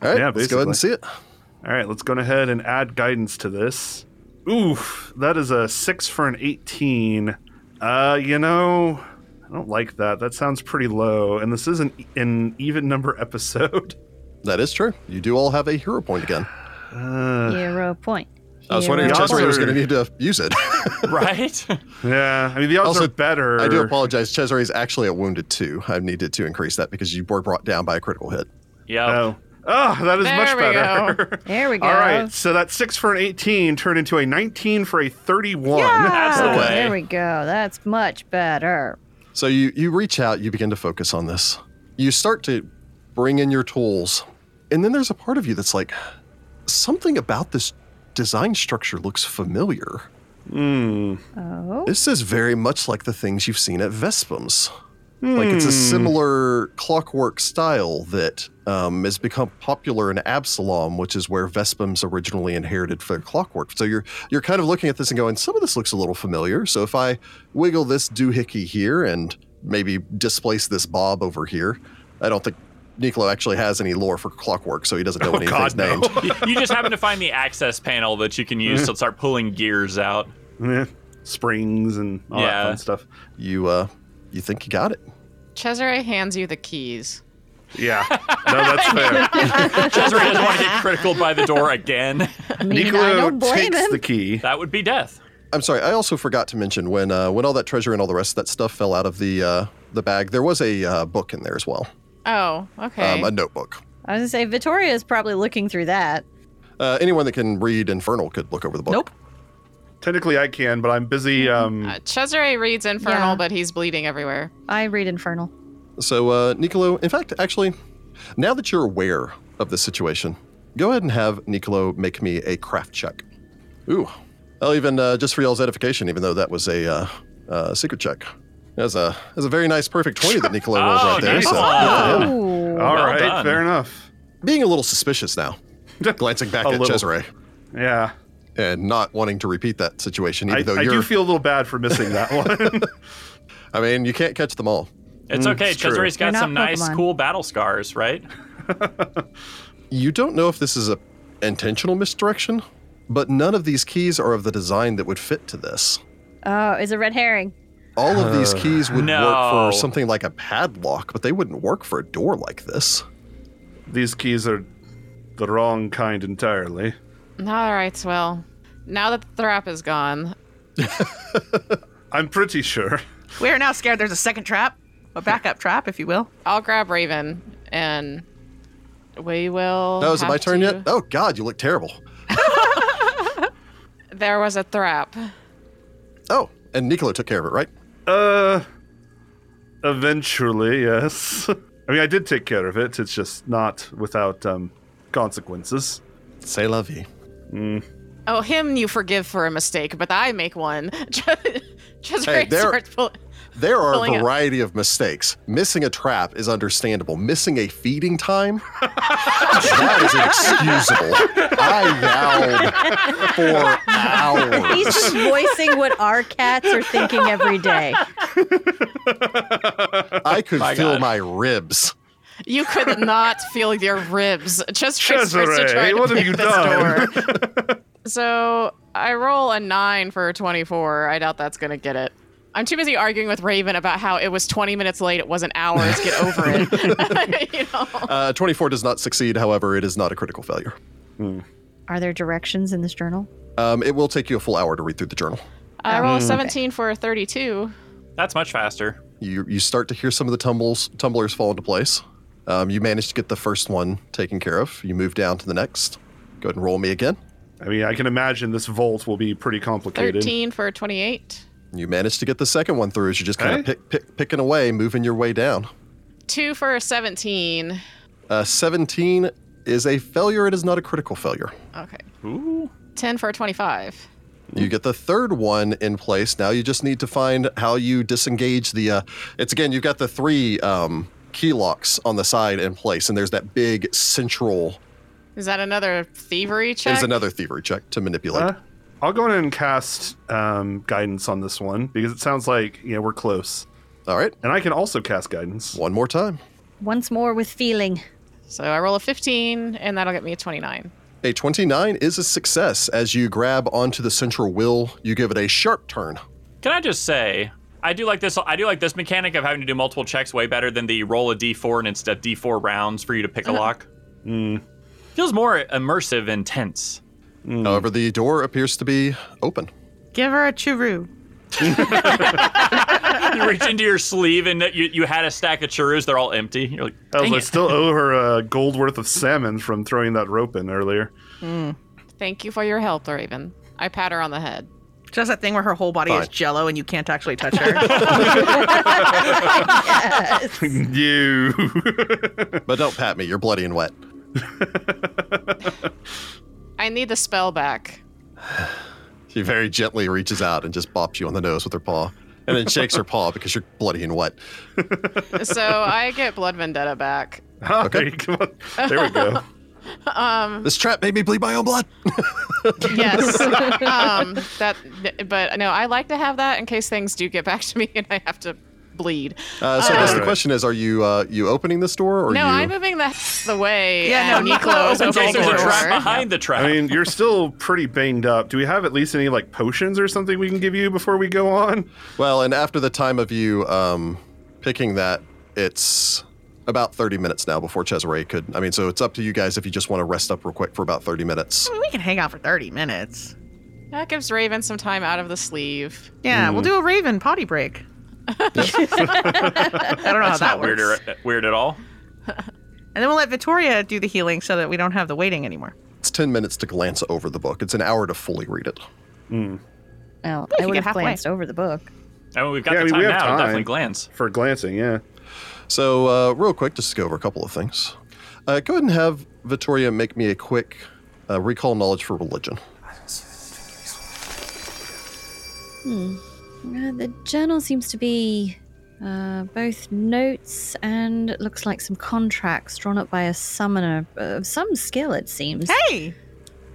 Speaker 1: All right,
Speaker 5: Yeah,
Speaker 1: let's go ahead and see
Speaker 5: basically.
Speaker 1: it.
Speaker 5: All right, let's go ahead and add guidance to this. Oof, that is a six for an 18. Uh, you know, I don't like that. That sounds pretty low, and this isn't an even number episode.
Speaker 1: That is true. You do all have a hero point again.
Speaker 4: Hero point.
Speaker 1: I was wondering if
Speaker 5: Yeah.
Speaker 1: Cesare was
Speaker 5: Yawser.
Speaker 1: going to need to use it.
Speaker 2: right?
Speaker 5: Yeah, I mean the odds
Speaker 1: Also,
Speaker 5: are better.
Speaker 1: I do apologize. Cesare is actually a wounded two. I needed to increase that because you were brought down by a critical hit.
Speaker 2: yeah.
Speaker 5: Oh, oh that is
Speaker 6: There
Speaker 5: much
Speaker 6: we
Speaker 5: better.
Speaker 4: There we go.
Speaker 5: All right, so that six for an 18 turned into a 19 for a 31.
Speaker 2: That's the
Speaker 4: Ah,
Speaker 2: way.
Speaker 4: There we go. That's much better.
Speaker 1: So you you reach out, you begin to focus on this. You start to bring in your tools. And then there's a part of you that's like something about this design structure looks familiar.
Speaker 4: Oh.
Speaker 1: This is very much like the things you've seen at Vespums. Like it's a similar clockwork style that um, has become popular in Absalom, which is where Vespums originally inherited for clockwork. So you're you're kind of looking at this and going, some of this looks a little familiar. So if I wiggle this doohickey here and maybe displace this bob over here, I don't think Nicolo actually has any lore for clockwork, so he doesn't know what anything's
Speaker 5: Oh, God, no.
Speaker 1: named.
Speaker 2: You- you just happen to find the access panel that you can use to start pulling gears out.
Speaker 5: Eh, Springs and all
Speaker 2: Yeah.
Speaker 5: that fun stuff.
Speaker 1: You uh, you think you got it.
Speaker 6: Cesare hands you the keys.
Speaker 5: Yeah, no, that's fair.
Speaker 2: Cesare doesn't want to get critical by the door again.
Speaker 4: I mean, I
Speaker 5: Nicolo
Speaker 4: don't blame
Speaker 5: takes
Speaker 4: him.
Speaker 5: the key.
Speaker 2: That would be death.
Speaker 1: I'm sorry. I also forgot to mention when uh, when all that treasure and all the rest of that stuff fell out of the uh, the bag. There was a uh, book in there as well,
Speaker 6: Oh, okay.
Speaker 1: um, a notebook.
Speaker 4: I was gonna say Vittoria is probably looking through that.
Speaker 1: Uh, anyone that can read Infernal could look over the book.
Speaker 3: Nope.
Speaker 5: Technically, I can, but I'm busy. Um,
Speaker 6: Uh, Cesare reads Infernal,
Speaker 4: Yeah.
Speaker 6: but he's bleeding everywhere.
Speaker 4: I read Infernal.
Speaker 1: So, uh, Nicolo, in fact, actually, now that you're aware of the situation, go ahead and have Nicolo make me a craft check. Ooh. I'll even, uh, just for y'all's edification, even though that was a uh, uh, secret check. That's a, that's a very nice, perfect 20 that Nicolo rolls
Speaker 2: Oh,
Speaker 1: right there.
Speaker 2: nice
Speaker 1: so-
Speaker 2: one.
Speaker 1: Yeah.
Speaker 4: Ooh.
Speaker 5: all
Speaker 2: well
Speaker 5: right,
Speaker 2: done.
Speaker 5: fair enough.
Speaker 1: Being a little suspicious now, glancing back
Speaker 5: A
Speaker 1: at
Speaker 5: little.
Speaker 1: Cesare.
Speaker 5: Yeah,
Speaker 1: and not wanting to repeat that situation, even
Speaker 5: I,
Speaker 1: though
Speaker 5: I
Speaker 1: you're.
Speaker 5: do feel a little bad for missing that one.
Speaker 1: I mean, you can't catch them all.
Speaker 2: It's okay.
Speaker 5: true.
Speaker 2: Cesare's got
Speaker 4: They're
Speaker 2: some
Speaker 4: not
Speaker 2: nice,
Speaker 4: Pokemon.
Speaker 2: cool battle scars, right?
Speaker 1: You don't know if this is a intentional misdirection, but none of these keys are of the design that would fit to this.
Speaker 4: Oh, it's a red herring.
Speaker 1: All of these keys would
Speaker 2: No.
Speaker 1: work for something like a padlock, but they wouldn't work for a door like this.
Speaker 5: These keys are the wrong kind entirely.
Speaker 6: All right, well, now that the trap is gone,
Speaker 5: I'm pretty sure.
Speaker 3: We are now scared there's a second trap, a backup trap, if you will.
Speaker 6: I'll grab Raven and we will.
Speaker 1: Oh, is it
Speaker 6: have
Speaker 1: my turn
Speaker 6: to-
Speaker 1: yet? Oh, God, you look terrible.
Speaker 6: There was a trap.
Speaker 1: Oh, and Nicolo took care of it, right?
Speaker 5: Uh, eventually, yes. I mean, I did take care of it. It's just not without um, consequences.
Speaker 1: Say la vie.
Speaker 6: Oh, him you forgive for a mistake, but I make one. Cesare
Speaker 1: Hey, there-
Speaker 6: starts pull-
Speaker 1: There are
Speaker 6: Pulling
Speaker 1: a
Speaker 6: up.
Speaker 1: variety of mistakes. Missing a trap is understandable. Missing a feeding time, that is inexcusable. I yowled for hours.
Speaker 4: He's just voicing what our cats are thinking every day.
Speaker 1: I could feel
Speaker 2: God.
Speaker 1: my ribs.
Speaker 6: You could not feel your ribs. Just starts to
Speaker 5: Cesare,
Speaker 6: try to
Speaker 5: what have
Speaker 6: pick
Speaker 5: you
Speaker 6: this
Speaker 5: done?
Speaker 6: door. so I roll a nine for a twenty-four. I doubt that's gonna get it. I'm too busy arguing with Raven about how it was 20 minutes late. It was an hour. Just get over it. you know?
Speaker 1: Uh, 24 does not succeed, however, it is not a critical failure.
Speaker 4: Are there directions in this journal?
Speaker 1: Um, it will take you a full hour to read through the journal. uh,
Speaker 6: I roll a 17 for a 32.
Speaker 2: That's much faster.
Speaker 1: You, you start to hear some of the tumbles, tumblers fall into place. Um, you manage to get the first one taken care of. You move down to the next. Go ahead and roll me again.
Speaker 5: I mean, I can imagine this volt will be pretty complicated.
Speaker 6: 13 for a 28.
Speaker 1: You manage to get the second one through as you're just kind of
Speaker 5: Okay.
Speaker 1: pick, pick, picking away, moving your way down.
Speaker 6: Two for a 17.
Speaker 1: Uh, 17 is a failure. It is not a critical failure.
Speaker 6: Okay.
Speaker 2: Ooh.
Speaker 6: 10 for a 25.
Speaker 1: You get the third one in place. Now you just need to find how you disengage the. Uh, it's again, you've got the three um, key locks on the side in place, and there's that big central.
Speaker 6: Is that another thievery check?
Speaker 1: There's another thievery check to manipulate.
Speaker 5: Uh, I'll go in and cast um, guidance on this one because it sounds like yeah we're close,
Speaker 1: All right,
Speaker 5: and I can also cast guidance.
Speaker 1: one more time.
Speaker 4: Once more with feeling.
Speaker 6: So I roll a 15, and that'll get me a 29.
Speaker 1: A 29 is a success. As you grab onto the central wheel, you give it a sharp turn.
Speaker 2: Can I just say, I do like this. I do like this mechanic of having to do multiple checks way better than the roll a d4 and instead
Speaker 5: Hmm.
Speaker 2: d4 rounds for you to pick a lock. Feels more immersive and tense.
Speaker 1: However, the door appears to be open.
Speaker 3: Give her a churu.
Speaker 2: you reach into your sleeve and you, you had a stack of churros. They're all empty. You're like,
Speaker 5: I was
Speaker 2: "Dang
Speaker 5: like,
Speaker 2: it."
Speaker 5: still owe her a gold worth of salmon from throwing that rope in earlier.
Speaker 6: Thank you for your help, Raven. I pat her on the head.
Speaker 3: Just that thing where her whole body is
Speaker 1: Fine.
Speaker 3: jello and you can't actually touch her.
Speaker 5: you.
Speaker 1: But don't pat me, you're bloody and wet.
Speaker 6: I need the spell back.
Speaker 1: She very gently reaches out and just bops you on the nose with her paw. And then shakes her paw because you're bloody and wet.
Speaker 6: So I get Blood Vendetta back.
Speaker 5: Hi, come on. There we go.
Speaker 6: Uh-huh.
Speaker 1: This trap made me bleed my own blood.
Speaker 6: Yes. um, that, but no, I like to have that in case things do get back to me and I have to bleed.
Speaker 1: Uh, so I guess the
Speaker 5: Alright.
Speaker 1: question is, are you uh, you opening this door or
Speaker 6: no,
Speaker 1: you?
Speaker 6: I'm moving that the way.
Speaker 3: Yeah,
Speaker 6: and
Speaker 3: no, Nicolo
Speaker 6: Nicolo opens
Speaker 3: opens
Speaker 2: in case
Speaker 3: all
Speaker 2: there's a
Speaker 3: doors.
Speaker 2: trap
Speaker 3: Yeah.
Speaker 2: behind the trap.
Speaker 5: I mean, you're still pretty banged up. Do we have at least any like potions or something we can give you before we go on?
Speaker 1: Well, and after the time of you um, picking that, it's about 30 minutes now before Cesare could. I mean, so it's up to you guys if you just want to rest up real quick for about 30 minutes.
Speaker 3: we can hang out for 30 minutes.
Speaker 6: That gives Raven some time out of the sleeve.
Speaker 3: Yeah,
Speaker 2: Hmm.
Speaker 3: we'll do a Raven potty break. I don't know how
Speaker 2: That's
Speaker 3: that
Speaker 2: not
Speaker 3: works.
Speaker 2: weird, or, weird at all.
Speaker 3: And then we'll let Vittoria do the healing so that we don't have the waiting anymore.
Speaker 1: It's 10 minutes to glance over the book, it's an hour to fully read it.
Speaker 4: Well,
Speaker 3: you
Speaker 4: I would
Speaker 3: get
Speaker 4: have
Speaker 3: halfway.
Speaker 4: glanced over the book.
Speaker 2: I mean, we've got
Speaker 5: Yeah, I
Speaker 2: the
Speaker 5: mean,
Speaker 2: time
Speaker 5: we
Speaker 2: now.
Speaker 5: have
Speaker 2: to
Speaker 5: time.
Speaker 2: Definitely glance.
Speaker 5: For glancing, yeah.
Speaker 1: So, uh, real quick, just to go over a couple of things. Uh, go ahead and have Vittoria make me a quick uh, recall knowledge for religion.
Speaker 4: Uh, the journal seems to be uh, both notes and it looks like some contracts drawn up by a summoner uh, of some skill, it seems.
Speaker 3: Hey!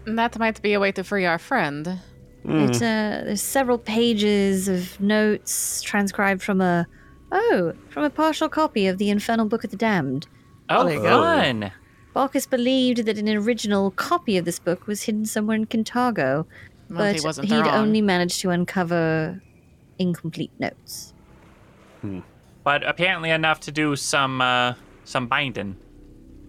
Speaker 6: And that might be a way to free our friend.
Speaker 4: It,
Speaker 3: Hmm.
Speaker 4: uh, there's several pages of notes transcribed from a oh from a partial copy of the Infernal Book of the Damned.
Speaker 2: Oh,
Speaker 3: there you go.
Speaker 2: fun.
Speaker 4: Barkus believed that an original copy of this book was hidden somewhere in
Speaker 6: Well,
Speaker 4: Kintargo, but
Speaker 6: if he wasn't
Speaker 4: would
Speaker 6: there on.
Speaker 4: only managed to uncover incomplete notes.
Speaker 2: But apparently enough to do some uh, some binding.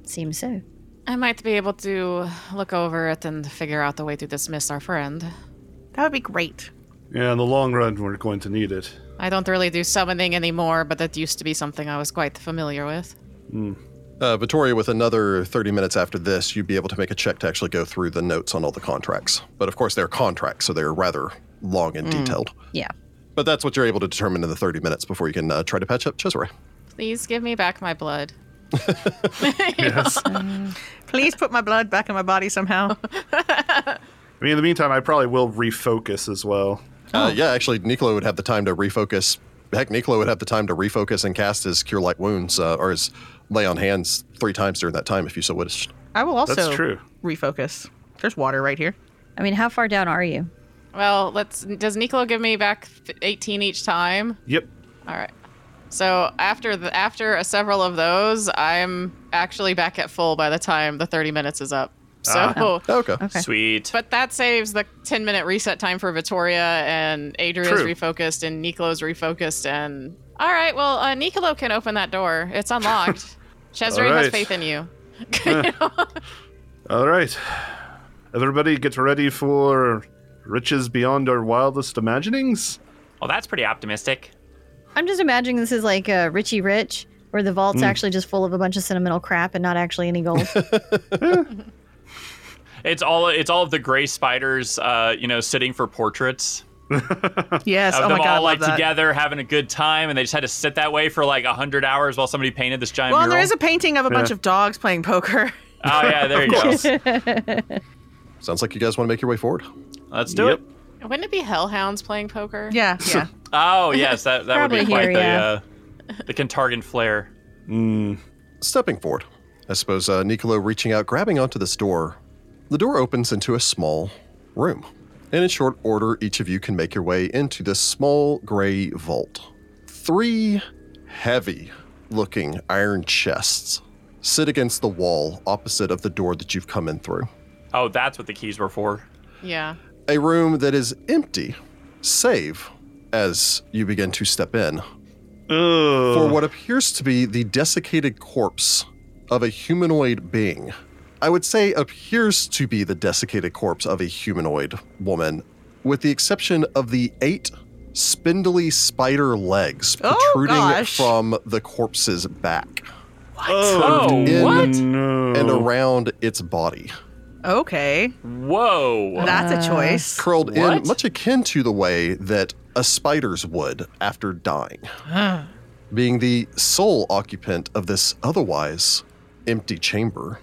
Speaker 4: Seems so.
Speaker 6: I might be able to look over it and figure out the way to dismiss our friend.
Speaker 3: That would be great.
Speaker 5: Yeah, in the long run, we're going to need it.
Speaker 6: I don't really do summoning anymore, but that used to be something I was quite familiar with.
Speaker 1: Uh, Vittoria, with another 30 minutes after this, you'd be able to make a check to actually go through the notes on all the contracts. But of course, they're contracts, so they're rather long and detailed.
Speaker 4: Yeah.
Speaker 1: But that's what you're able to determine in the 30 minutes before you can uh, try to patch up Cesare.
Speaker 6: Please give me back my blood.
Speaker 5: Yes. I
Speaker 3: Please put my blood back in my body somehow.
Speaker 5: mean, in the meantime, I probably will refocus as well.
Speaker 1: Uh, yeah, actually, Nicolo would have the time to refocus. Heck, Nicolo would have the time to refocus and cast his Cure Light Wounds uh, or his Lay on Hands three times during that time if you so wish.
Speaker 3: I will also
Speaker 5: That's true.
Speaker 3: refocus. There's water right here.
Speaker 4: I mean, how far down are you?
Speaker 6: Well, let's. Does Nicolo give me back f- 18 each time?
Speaker 5: Yep.
Speaker 6: All right. So after the, after several of those, I'm actually back at full by the time the 30 minutes is up. So,
Speaker 5: Oh.
Speaker 1: Okay.
Speaker 4: Okay.
Speaker 2: Sweet.
Speaker 6: but that saves the 10 minute reset time for Vittoria and Adria's
Speaker 5: True.
Speaker 6: refocused and Nicolo's refocused and. All right. Well, uh, Nicolo can open that door. It's unlocked. Cesare
Speaker 5: All
Speaker 6: has
Speaker 5: right.
Speaker 6: faith in you.
Speaker 5: All right. Everybody get ready for riches beyond our wildest imaginings?
Speaker 2: Well, Oh, that's pretty optimistic.
Speaker 4: I'm just imagining this is like uh, Richie Rich, where the
Speaker 1: Hmm.
Speaker 4: vault's actually just full of a bunch of sentimental crap and not actually any gold.
Speaker 2: It's all it's all of the gray spiders, uh, you know, sitting for portraits
Speaker 3: Yes.
Speaker 2: of
Speaker 3: oh my
Speaker 2: them
Speaker 3: god.
Speaker 2: all
Speaker 3: I love
Speaker 2: like
Speaker 3: that.
Speaker 2: together having a good time, and they just had to sit that way for like hundred hours while somebody painted this giant
Speaker 3: Well,
Speaker 2: mural.
Speaker 3: there is a painting of a bunch of dogs playing poker.
Speaker 2: oh yeah, there you go.
Speaker 1: Sounds like you guys want to make your way forward.
Speaker 2: Let's do
Speaker 5: Yep.
Speaker 2: it.
Speaker 6: Wouldn't it be hellhounds playing poker?
Speaker 3: Yeah, yeah.
Speaker 2: Oh yes, that that would be
Speaker 4: Probably
Speaker 2: quite
Speaker 4: here,
Speaker 2: the
Speaker 4: yeah.
Speaker 2: uh, the Kentargan flair.
Speaker 1: stepping forward. I suppose uh, Niccolo reaching out, grabbing onto this door. The door opens into a small room. And in short order, each of you can make your way into this small gray vault. Three heavy looking iron chests sit against the wall opposite of the door that you've come in through.
Speaker 2: Oh, that's what the keys were for.
Speaker 6: Yeah.
Speaker 1: A room that is empty, save as you begin to step in
Speaker 5: Ugh.
Speaker 1: for what appears to be the desiccated corpse of a humanoid being I would say appears to be the desiccated corpse of a humanoid woman, with the exception of the eight spindly spider legs
Speaker 3: Oh,
Speaker 1: protruding
Speaker 3: gosh.
Speaker 1: from the corpse's back
Speaker 2: Oh,
Speaker 1: In-
Speaker 2: what?
Speaker 5: No.
Speaker 1: and around its body,
Speaker 3: Okay,
Speaker 2: Whoa.
Speaker 3: that's a choice.
Speaker 1: curled in
Speaker 2: What?
Speaker 1: much akin to the way that a spider's would after dying, being the sole occupant of this otherwise empty chamber.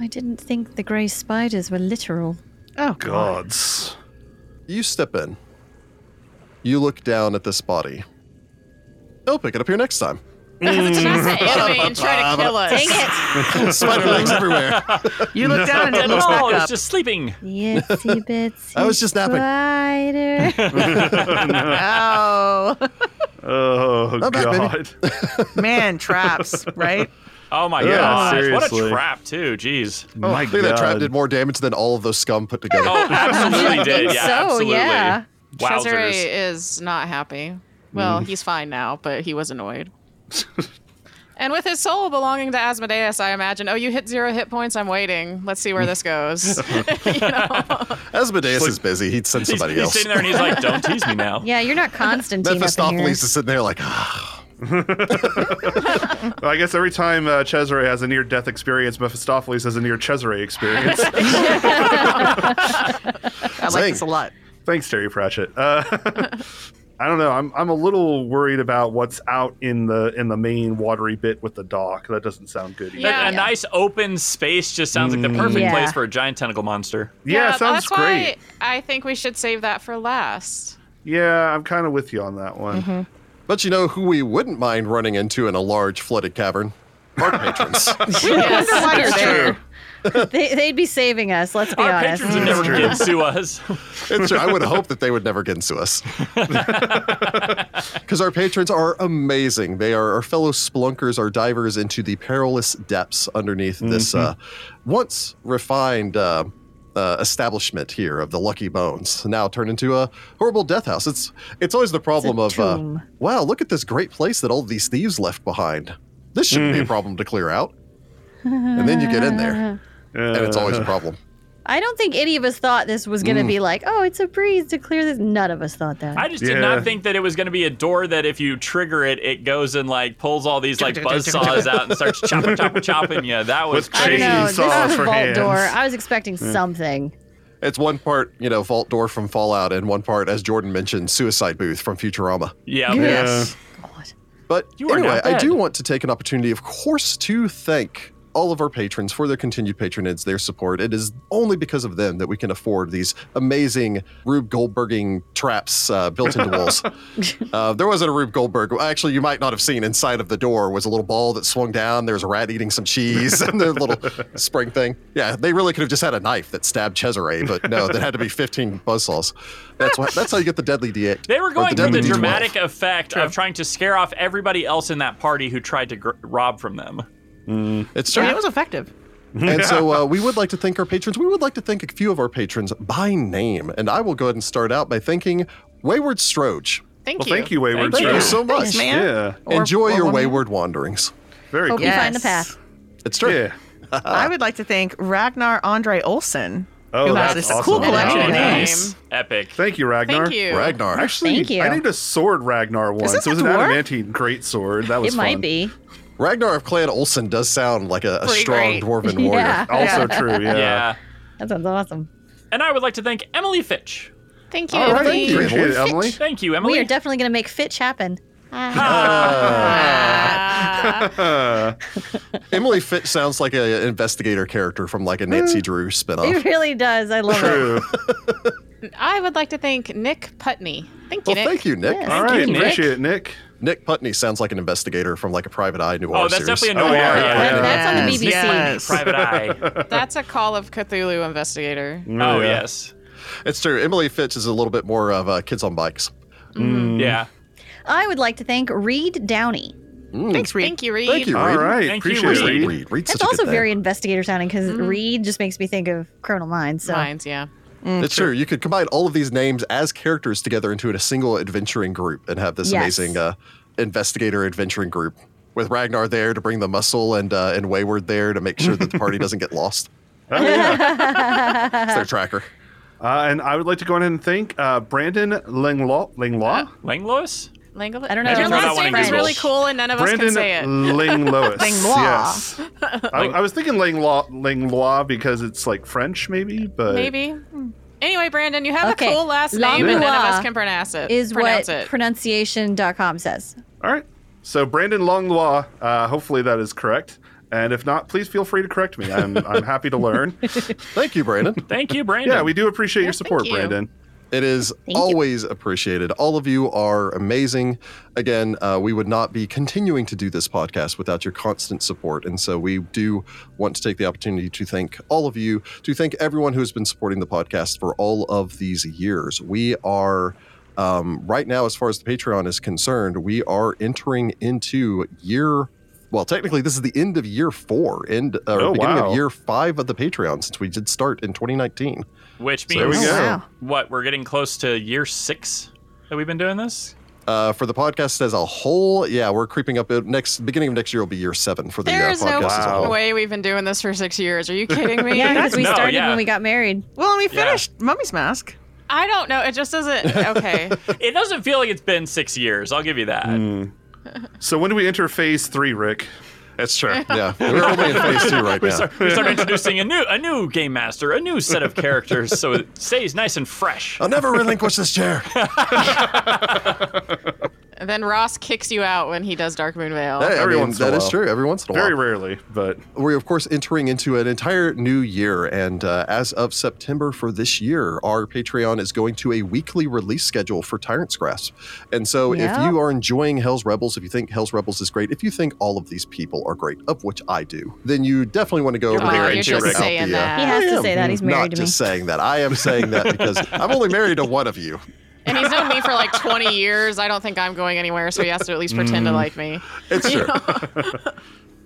Speaker 4: I didn't think the grey spiders were literal.
Speaker 3: Oh
Speaker 5: gods.
Speaker 1: You step in. You look down at this body. They'll pick it up here next time.
Speaker 6: Because it's not to animate and try to kill us.
Speaker 4: it!
Speaker 1: Spider legs everywhere.
Speaker 3: You look down and it looks
Speaker 2: No,
Speaker 3: back
Speaker 2: Oh, it's
Speaker 3: up.
Speaker 2: just sleeping.
Speaker 4: Itsy bitsy.
Speaker 1: I was just napping.
Speaker 4: Spider.
Speaker 3: Oh
Speaker 5: Oh
Speaker 1: Not bad,
Speaker 5: god.
Speaker 1: baby.
Speaker 3: man, traps, right?
Speaker 2: Oh my
Speaker 5: Yeah,
Speaker 2: gosh. What a
Speaker 5: seriously.
Speaker 2: trap, too. Jeez.
Speaker 1: I
Speaker 5: My
Speaker 1: think Oh, that trap
Speaker 5: God.
Speaker 1: did more damage than all of those scum put together.
Speaker 2: Oh, absolutely
Speaker 4: I
Speaker 2: did.
Speaker 4: think
Speaker 2: Yeah,
Speaker 4: so,
Speaker 2: absolutely.
Speaker 4: yeah.
Speaker 6: Cesare
Speaker 2: Wowzers.
Speaker 6: is not happy. Well, he's fine now, but he was annoyed. and with his soul belonging to Asmodeus, I imagine, oh, you hit zero hit points. I'm waiting. Let's see where this goes. you know?
Speaker 1: Asmodeus
Speaker 5: Like-
Speaker 1: is busy. He'd send
Speaker 2: He's,
Speaker 1: somebody
Speaker 2: he's
Speaker 1: else.
Speaker 2: sitting there and he's like, don't tease me now.
Speaker 4: yeah, you're not Constantine up in here.
Speaker 1: Mephistopheles is sitting there like, ah.
Speaker 5: Well, I guess every time uh, Cesare has a near death experience, Mephistopheles has a near Cesare experience.
Speaker 3: I like
Speaker 1: Zing.
Speaker 3: this a lot.
Speaker 5: Thanks, Terry Pratchett. Uh, I don't know. I'm I'm a little worried about what's out in the in the main watery bit with the dock. That doesn't sound good. Either.
Speaker 2: A-
Speaker 6: Yeah.
Speaker 2: a nice open space just sounds like the perfect
Speaker 4: Yeah.
Speaker 2: place for a giant tentacle monster.
Speaker 5: Yeah,
Speaker 6: but
Speaker 5: sounds
Speaker 6: that's
Speaker 5: great.
Speaker 6: why I think we should save that for last.
Speaker 5: Yeah, I'm kind of with you on that one.
Speaker 1: But you know who we wouldn't mind running into in a large flooded cavern? Park patrons.
Speaker 6: Yes.
Speaker 3: Why you're there.
Speaker 4: They, they'd be saving us, let's be
Speaker 2: Our
Speaker 4: honest.
Speaker 2: patrons would never
Speaker 5: True.
Speaker 2: get to us.
Speaker 1: It's true. I would hope that they would never get into us. Because our patrons are amazing. They are our fellow spelunkers, our divers into the perilous depths underneath this uh, once refined uh, uh, establishment here of the Lucky Bones. Now turned into a horrible death house. It's it's always the problem
Speaker 4: It's a
Speaker 1: of uh,
Speaker 4: tomb.
Speaker 1: wow, look at this great place that all these thieves left behind. This shouldn't be a problem to clear out. And then you get in there, and it's always a problem.
Speaker 4: I don't think any of us thought this was
Speaker 5: Mm.
Speaker 4: going to be like, oh, it's a breeze to clear this. None of us thought that.
Speaker 2: I just did
Speaker 5: Yeah.
Speaker 2: not think that it was going to be a door that if you trigger it, it goes and like pulls all these like buzz saws out and starts chopping, chopping, chopping you. That was
Speaker 5: With
Speaker 4: I don't
Speaker 2: crazy.
Speaker 4: know.
Speaker 5: Chains,
Speaker 4: This is
Speaker 5: saws
Speaker 4: a
Speaker 5: for
Speaker 4: vault door.
Speaker 5: hands.
Speaker 4: I was expecting something.
Speaker 1: It's one part, you know, vault door from Fallout, and one part, as Jordan mentioned, suicide booth from Futurama.
Speaker 2: Yeah.
Speaker 3: Yes.
Speaker 4: God.
Speaker 1: But
Speaker 2: You are
Speaker 1: anyway,
Speaker 2: not
Speaker 1: I
Speaker 2: dead.
Speaker 1: do want to take an opportunity, of course, to thank all of our patrons for their continued patronage, their support. It is only because of them that we can afford these amazing Rube Goldberging traps uh, built into walls. uh, there wasn't a Rube Goldberg. Actually, you might not have seen inside of the door was a little ball that swung down. There was a rat eating some cheese and the little spring thing. Yeah, they really could have just had a knife that stabbed Cesare, but no, that had to be 15 buzzsaws. That's why. That's how you get the deadly D8.
Speaker 2: They
Speaker 1: or
Speaker 2: were going for the
Speaker 1: deadly D12.
Speaker 2: dramatic effect of trying to scare off everybody else in that party who tried to gr- rob from them.
Speaker 1: It's
Speaker 3: I
Speaker 1: true.
Speaker 3: mean, it was effective.
Speaker 1: And so uh, we would like to thank our patrons. We would like to thank a few of our patrons by name. And I will go ahead and start out by thanking Wayward Stroge.
Speaker 6: Thank
Speaker 5: Well,
Speaker 6: you.
Speaker 5: thank you, Wayward.
Speaker 1: Thank
Speaker 5: Stroke.
Speaker 1: you so much.
Speaker 3: Thanks, man.
Speaker 5: Yeah,
Speaker 3: Or-
Speaker 1: Enjoy
Speaker 3: or
Speaker 1: your
Speaker 3: woman.
Speaker 1: wayward wanderings.
Speaker 5: very
Speaker 4: Hope
Speaker 5: cool.
Speaker 4: you
Speaker 3: Yes.
Speaker 4: find the path.
Speaker 1: It's true.
Speaker 5: Yeah.
Speaker 3: I would like to thank Ragnar Andre Olsen,
Speaker 5: Oh,
Speaker 3: who has
Speaker 5: that's
Speaker 3: this cool
Speaker 5: awesome.
Speaker 3: collection
Speaker 5: Oh,
Speaker 3: of names.
Speaker 6: nice.
Speaker 2: Epic.
Speaker 5: Thank you, Ragnar.
Speaker 6: Thank you.
Speaker 1: Ragnar.
Speaker 5: Actually,
Speaker 4: Thank you.
Speaker 5: I need a sword Ragnar once.
Speaker 3: this
Speaker 5: It was
Speaker 3: a
Speaker 5: an
Speaker 3: dwarf?
Speaker 5: adamantine great sword. That was
Speaker 4: It might
Speaker 5: fun.
Speaker 4: be.
Speaker 1: Ragnar of Clan Olsen does sound like a, a
Speaker 6: Pretty
Speaker 1: strong
Speaker 6: great.
Speaker 1: dwarven warrior.
Speaker 4: Yeah.
Speaker 5: Also true. Yeah.
Speaker 2: yeah.
Speaker 4: That sounds awesome.
Speaker 2: And I would like to thank Emily Fitch.
Speaker 6: Thank you.
Speaker 1: Oh,
Speaker 6: Emily.
Speaker 1: thank you.
Speaker 5: Appreciate it, Emily.
Speaker 2: Thank you, Emily.
Speaker 4: We are definitely going to make Fitch happen.
Speaker 6: Ah.
Speaker 1: Emily Fitch sounds like an investigator character from like a Nancy Drew spinoff.
Speaker 4: It really does. I love it.
Speaker 5: Oh. True.
Speaker 6: I would like to thank Nick Putney. Thank you,
Speaker 1: Well,
Speaker 6: Nick.
Speaker 1: thank you, Nick. Uh,
Speaker 4: Yes.
Speaker 5: All
Speaker 4: Thank
Speaker 5: right.
Speaker 4: you, Nick.
Speaker 5: Appreciate it, Nick.
Speaker 1: Nick Putney sounds like an investigator from like a Private Eye noir
Speaker 2: oh, that's
Speaker 1: series.
Speaker 2: definitely a noir.
Speaker 5: Oh, yeah,
Speaker 2: yeah.
Speaker 5: yeah.
Speaker 4: That's on the BBC.
Speaker 3: Yes.
Speaker 2: Private Eye.
Speaker 6: That's a Call of Cthulhu investigator.
Speaker 2: Oh,
Speaker 5: Yeah.
Speaker 2: yes.
Speaker 1: it's true. Emily Fitch is a little bit more of uh, kids on bikes.
Speaker 2: Yeah.
Speaker 4: I would like to thank Reed Downey.
Speaker 3: Thanks, Reed.
Speaker 6: Thank you, Reed.
Speaker 1: Thank you,
Speaker 5: All
Speaker 1: Reed.
Speaker 5: right.
Speaker 2: Thank you, Reed.
Speaker 5: appreciate it,
Speaker 1: Reed.
Speaker 5: Reed.
Speaker 1: Reed. Reed's
Speaker 4: That's
Speaker 1: such a good
Speaker 4: also
Speaker 1: name.
Speaker 4: very investigator sounding because
Speaker 6: Mm-hmm.
Speaker 4: Reed just makes me think of Criminal Minds. So
Speaker 6: Mines, yeah.
Speaker 5: Mm,
Speaker 1: It's true. You could combine all of these names as characters together into a single adventuring group and have this
Speaker 4: Yes.
Speaker 1: amazing uh, investigator adventuring group with Ragnar there to bring the muscle and uh, and Wayward there to make sure that the party doesn't get lost.
Speaker 5: Oh, yeah.
Speaker 1: It's their tracker.
Speaker 5: uh, and I would like to go ahead and thank uh, Brandon Langlaw. Langlaw?
Speaker 2: Langlois?
Speaker 6: Langle-
Speaker 4: I don't know.
Speaker 6: Your
Speaker 4: Just throw
Speaker 6: last
Speaker 4: that one
Speaker 6: name
Speaker 4: in
Speaker 6: is
Speaker 4: Google.
Speaker 6: really cool, and none of us
Speaker 5: Brandon
Speaker 6: can say it.
Speaker 5: Langlois.
Speaker 3: Langlois.
Speaker 5: Yes. I, I was thinking Langlois, Langlois because it's like French, maybe, but
Speaker 6: Maybe. Hmm. Anyway, Brandon, you have
Speaker 4: Okay.
Speaker 6: a cool last name, and none of us
Speaker 4: Langlois
Speaker 6: can pronounce it.
Speaker 4: Is
Speaker 6: pronounce
Speaker 4: what
Speaker 6: it.
Speaker 4: pronunciation.com says.
Speaker 5: All right. So Brandon Longlois, uh, hopefully that is correct. And if not, please feel free to correct me. I'm, I'm happy to learn.
Speaker 1: Thank you, Brandon.
Speaker 2: Thank you, Brandon.
Speaker 5: Yeah, we do appreciate your support,
Speaker 6: you.
Speaker 5: Brandon.
Speaker 1: It is
Speaker 4: you.
Speaker 1: always appreciated. All of you are amazing. Again, uh, we would not be continuing to do this podcast without your constant support. And so we do want to take the opportunity to thank all of you, to thank everyone who has been supporting the podcast for all of these years. We are. Um, right now, as far as the Patreon is concerned, we are entering into year. Well, technically, this is the end of year four, end uh,
Speaker 5: Oh,
Speaker 1: beginning
Speaker 5: wow.
Speaker 1: of year five of the Patreon, since we did start in 2019.
Speaker 2: Which
Speaker 1: So there
Speaker 2: means
Speaker 1: we go.
Speaker 4: wow.
Speaker 2: what? We're getting close to year six that we've been doing this.
Speaker 1: uh, for the podcast as a whole. Yeah, we're creeping up. It, next beginning of next year will be year seven for the uh,
Speaker 6: There's
Speaker 1: podcast
Speaker 6: no
Speaker 1: as a whole.
Speaker 6: way we've been doing this for six years. Are you kidding me?
Speaker 4: Yeah, because we
Speaker 2: No,
Speaker 4: started
Speaker 2: yeah.
Speaker 4: when we got married.
Speaker 3: Well, and we
Speaker 2: Yeah.
Speaker 3: finished Mummy's Mask.
Speaker 6: I don't know. It just doesn't. Okay.
Speaker 2: It doesn't feel like it's been six years. I'll give you that.
Speaker 5: So when do we enter phase three, Rick?
Speaker 1: That's true. Yeah, we're only in phase two right now.
Speaker 2: We start introducing a new a new game master, a new set of characters, so it stays nice and fresh.
Speaker 1: I'll never relinquish this chair. Hey,
Speaker 6: And then Ross kicks you out when he does Dark Moon Veil.
Speaker 1: I
Speaker 5: Every
Speaker 1: mean,
Speaker 5: once in a
Speaker 1: that is
Speaker 5: while.
Speaker 1: true. Every once in a
Speaker 5: Very
Speaker 1: while.
Speaker 5: rarely, but
Speaker 1: We're, of course, entering into an entire new year. And uh, as of September for this year, our Patreon is going to a weekly release schedule for Tyrant's Grasp. And so if
Speaker 4: Yeah.
Speaker 1: you are enjoying Hell's Rebels, if you think Hell's Rebels is great, if you think all of these people are great, of which I do, then you definitely want to go over
Speaker 6: Oh,
Speaker 1: there
Speaker 6: you're
Speaker 1: and check
Speaker 6: just
Speaker 1: out
Speaker 6: saying
Speaker 1: the. Uh,
Speaker 6: that.
Speaker 4: He has
Speaker 1: I
Speaker 4: to
Speaker 1: am
Speaker 4: say that. He's
Speaker 1: not
Speaker 4: married to me.
Speaker 1: just saying that. I am saying that because I'm only married to one of you.
Speaker 6: And he's known me for like 20 years. I don't think I'm going anywhere, so he has to at least pretend to like me.
Speaker 1: Mm. It's true.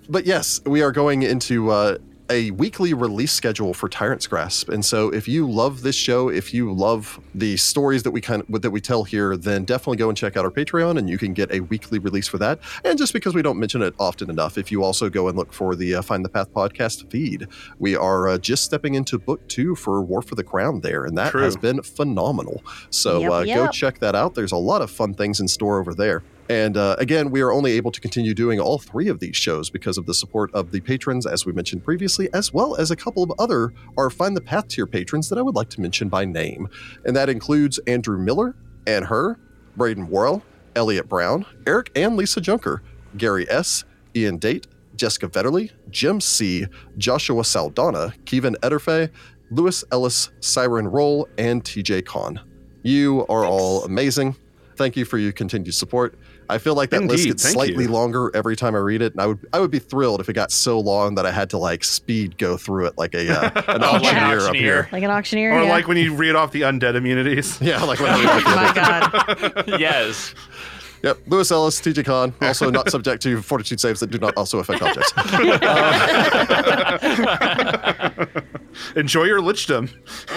Speaker 1: but yes, we are going into uh, a weekly release schedule for Tyrant's Grasp, and so if you love this show, if you love the stories that we kind of, that we tell here, then definitely go and check out our Patreon, and you can get a weekly release for that. And just because we don't mention it often enough, if you also go and look for the uh, Find the Path podcast feed, we are uh, just stepping into book two for War for the Crown there, and that
Speaker 5: True.
Speaker 1: has been phenomenal. So
Speaker 4: Yep,
Speaker 1: uh, go
Speaker 4: yep.
Speaker 1: check that out. There's a lot of fun things in store over there. And uh, again, we are only able to continue doing all three of these shows because of the support of the patrons, as we mentioned previously, as well as a couple of other our Find the Path tier patrons that I would like to mention by name. And that includes Andrew Miller and her, Braden Worrell, Elliot Brown, Eric and Lisa Junker, Gary S., Ian Date, Jessica Vetterly, Jim C., Joshua Saldana, Kevin Ederfe, Lewis Ellis, Siren Roll, and TJ Kahn. You are all amazing. Thank you for your continued support. I feel like that list
Speaker 5: Indeed,
Speaker 1: gets
Speaker 5: thank
Speaker 1: slightly
Speaker 5: you.
Speaker 1: longer every time I read it, and I would I would be thrilled if it got so long that I had to like speed go through it like a uh, an
Speaker 2: Oh, like an
Speaker 1: auctioneer up
Speaker 2: auctioneer.
Speaker 1: here.
Speaker 4: Like an auctioneer.
Speaker 5: or
Speaker 4: yeah.
Speaker 5: like when you read off the undead immunities.
Speaker 1: Yeah, like when I read
Speaker 3: Oh
Speaker 1: it.
Speaker 3: my God.
Speaker 2: yes.
Speaker 1: Yep, Lewis Ellis, TJ Khan, also not subject to fortitude saves that do not also affect objects.
Speaker 5: Enjoy your lichdom.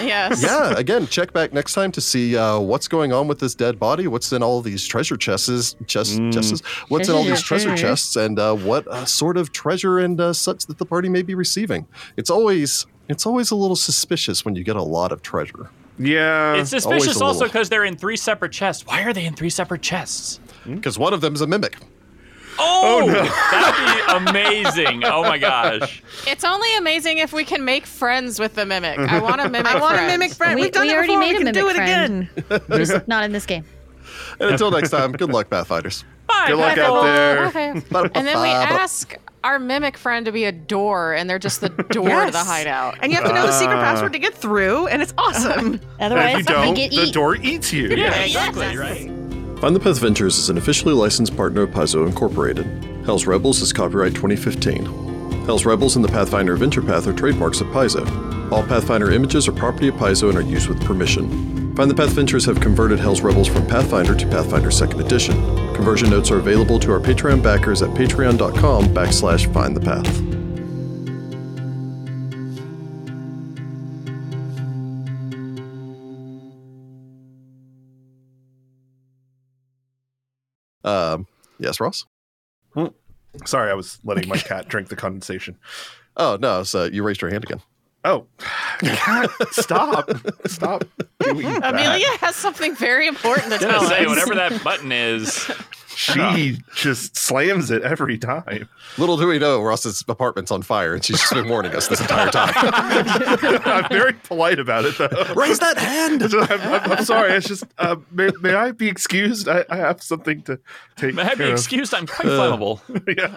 Speaker 6: Yes.
Speaker 1: yeah, again, check back next time to see uh, what's going on with this dead body, what's in all these treasure chests, chest, chests, what's in all these treasure
Speaker 4: Treasure.
Speaker 1: chests, and uh, what uh, sort of treasure and uh, such that the party may be receiving. It's always it's always a little suspicious when you get a lot of treasure.
Speaker 5: Yeah.
Speaker 2: It's
Speaker 1: always a
Speaker 2: suspicious
Speaker 1: little.
Speaker 2: also because they're in three separate chests. Why are they in three separate chests?
Speaker 1: Because one of them's a mimic.
Speaker 2: Oh, that'd be amazing. Oh my gosh.
Speaker 6: It's only amazing if we can make friends with the mimic. I want to mimic
Speaker 3: I want to
Speaker 6: friends.
Speaker 3: mimic friend.
Speaker 4: We-
Speaker 3: We've done
Speaker 4: we
Speaker 3: it
Speaker 4: already
Speaker 3: before.
Speaker 4: made a
Speaker 3: we can do it
Speaker 4: mimic friend.
Speaker 3: again.
Speaker 4: Just not in this game.
Speaker 1: And until next time, good luck, Pathfinders.
Speaker 2: Bye.
Speaker 5: Good luck
Speaker 2: bye,
Speaker 5: out
Speaker 2: folks.
Speaker 5: there.
Speaker 6: And then we ask our mimic friend to be a door, and they're just the door to the
Speaker 3: Yes.
Speaker 6: hideout.
Speaker 3: And you have to know the secret password to get through, and it's awesome.
Speaker 5: And if
Speaker 4: Otherwise,
Speaker 5: you don't,
Speaker 4: we get
Speaker 5: the
Speaker 4: eat.
Speaker 5: door eats you.
Speaker 2: Yeah, exactly, right.
Speaker 1: Find the Path Ventures is an officially licensed partner of Paizo Incorporated. Hell's Rebels is copyright 2015. Hell's Rebels and the Pathfinder Adventure Path are trademarks of Paizo. All Pathfinder images are property of Paizo and are used with permission. Find the Path Ventures have converted Hell's Rebels from Pathfinder to Pathfinder 2nd Edition. Conversion notes are available to our Patreon backers at patreon.com backslash find the path. Um, yes, Ross?
Speaker 5: Sorry, I was letting my cat drink the condensation.
Speaker 1: Oh, no, so you raised your hand again.
Speaker 5: Oh, God, stop. Stop. doing that.
Speaker 6: Amelia has something very important to
Speaker 2: gonna
Speaker 6: tell
Speaker 2: say
Speaker 6: us.
Speaker 2: whatever that button is.
Speaker 5: She just slams it every time.
Speaker 7: Little do we know, Ross's apartment's on fire, and she's just been warning us this entire time.
Speaker 5: I'm very polite about it, though.
Speaker 7: Raise that hand.
Speaker 5: I'm, I'm- I'm sorry. It's just, uh, may, may I be excused? I, I have something to take
Speaker 2: May I be
Speaker 5: care of.
Speaker 2: excused? I'm quite flammable.
Speaker 5: Yeah.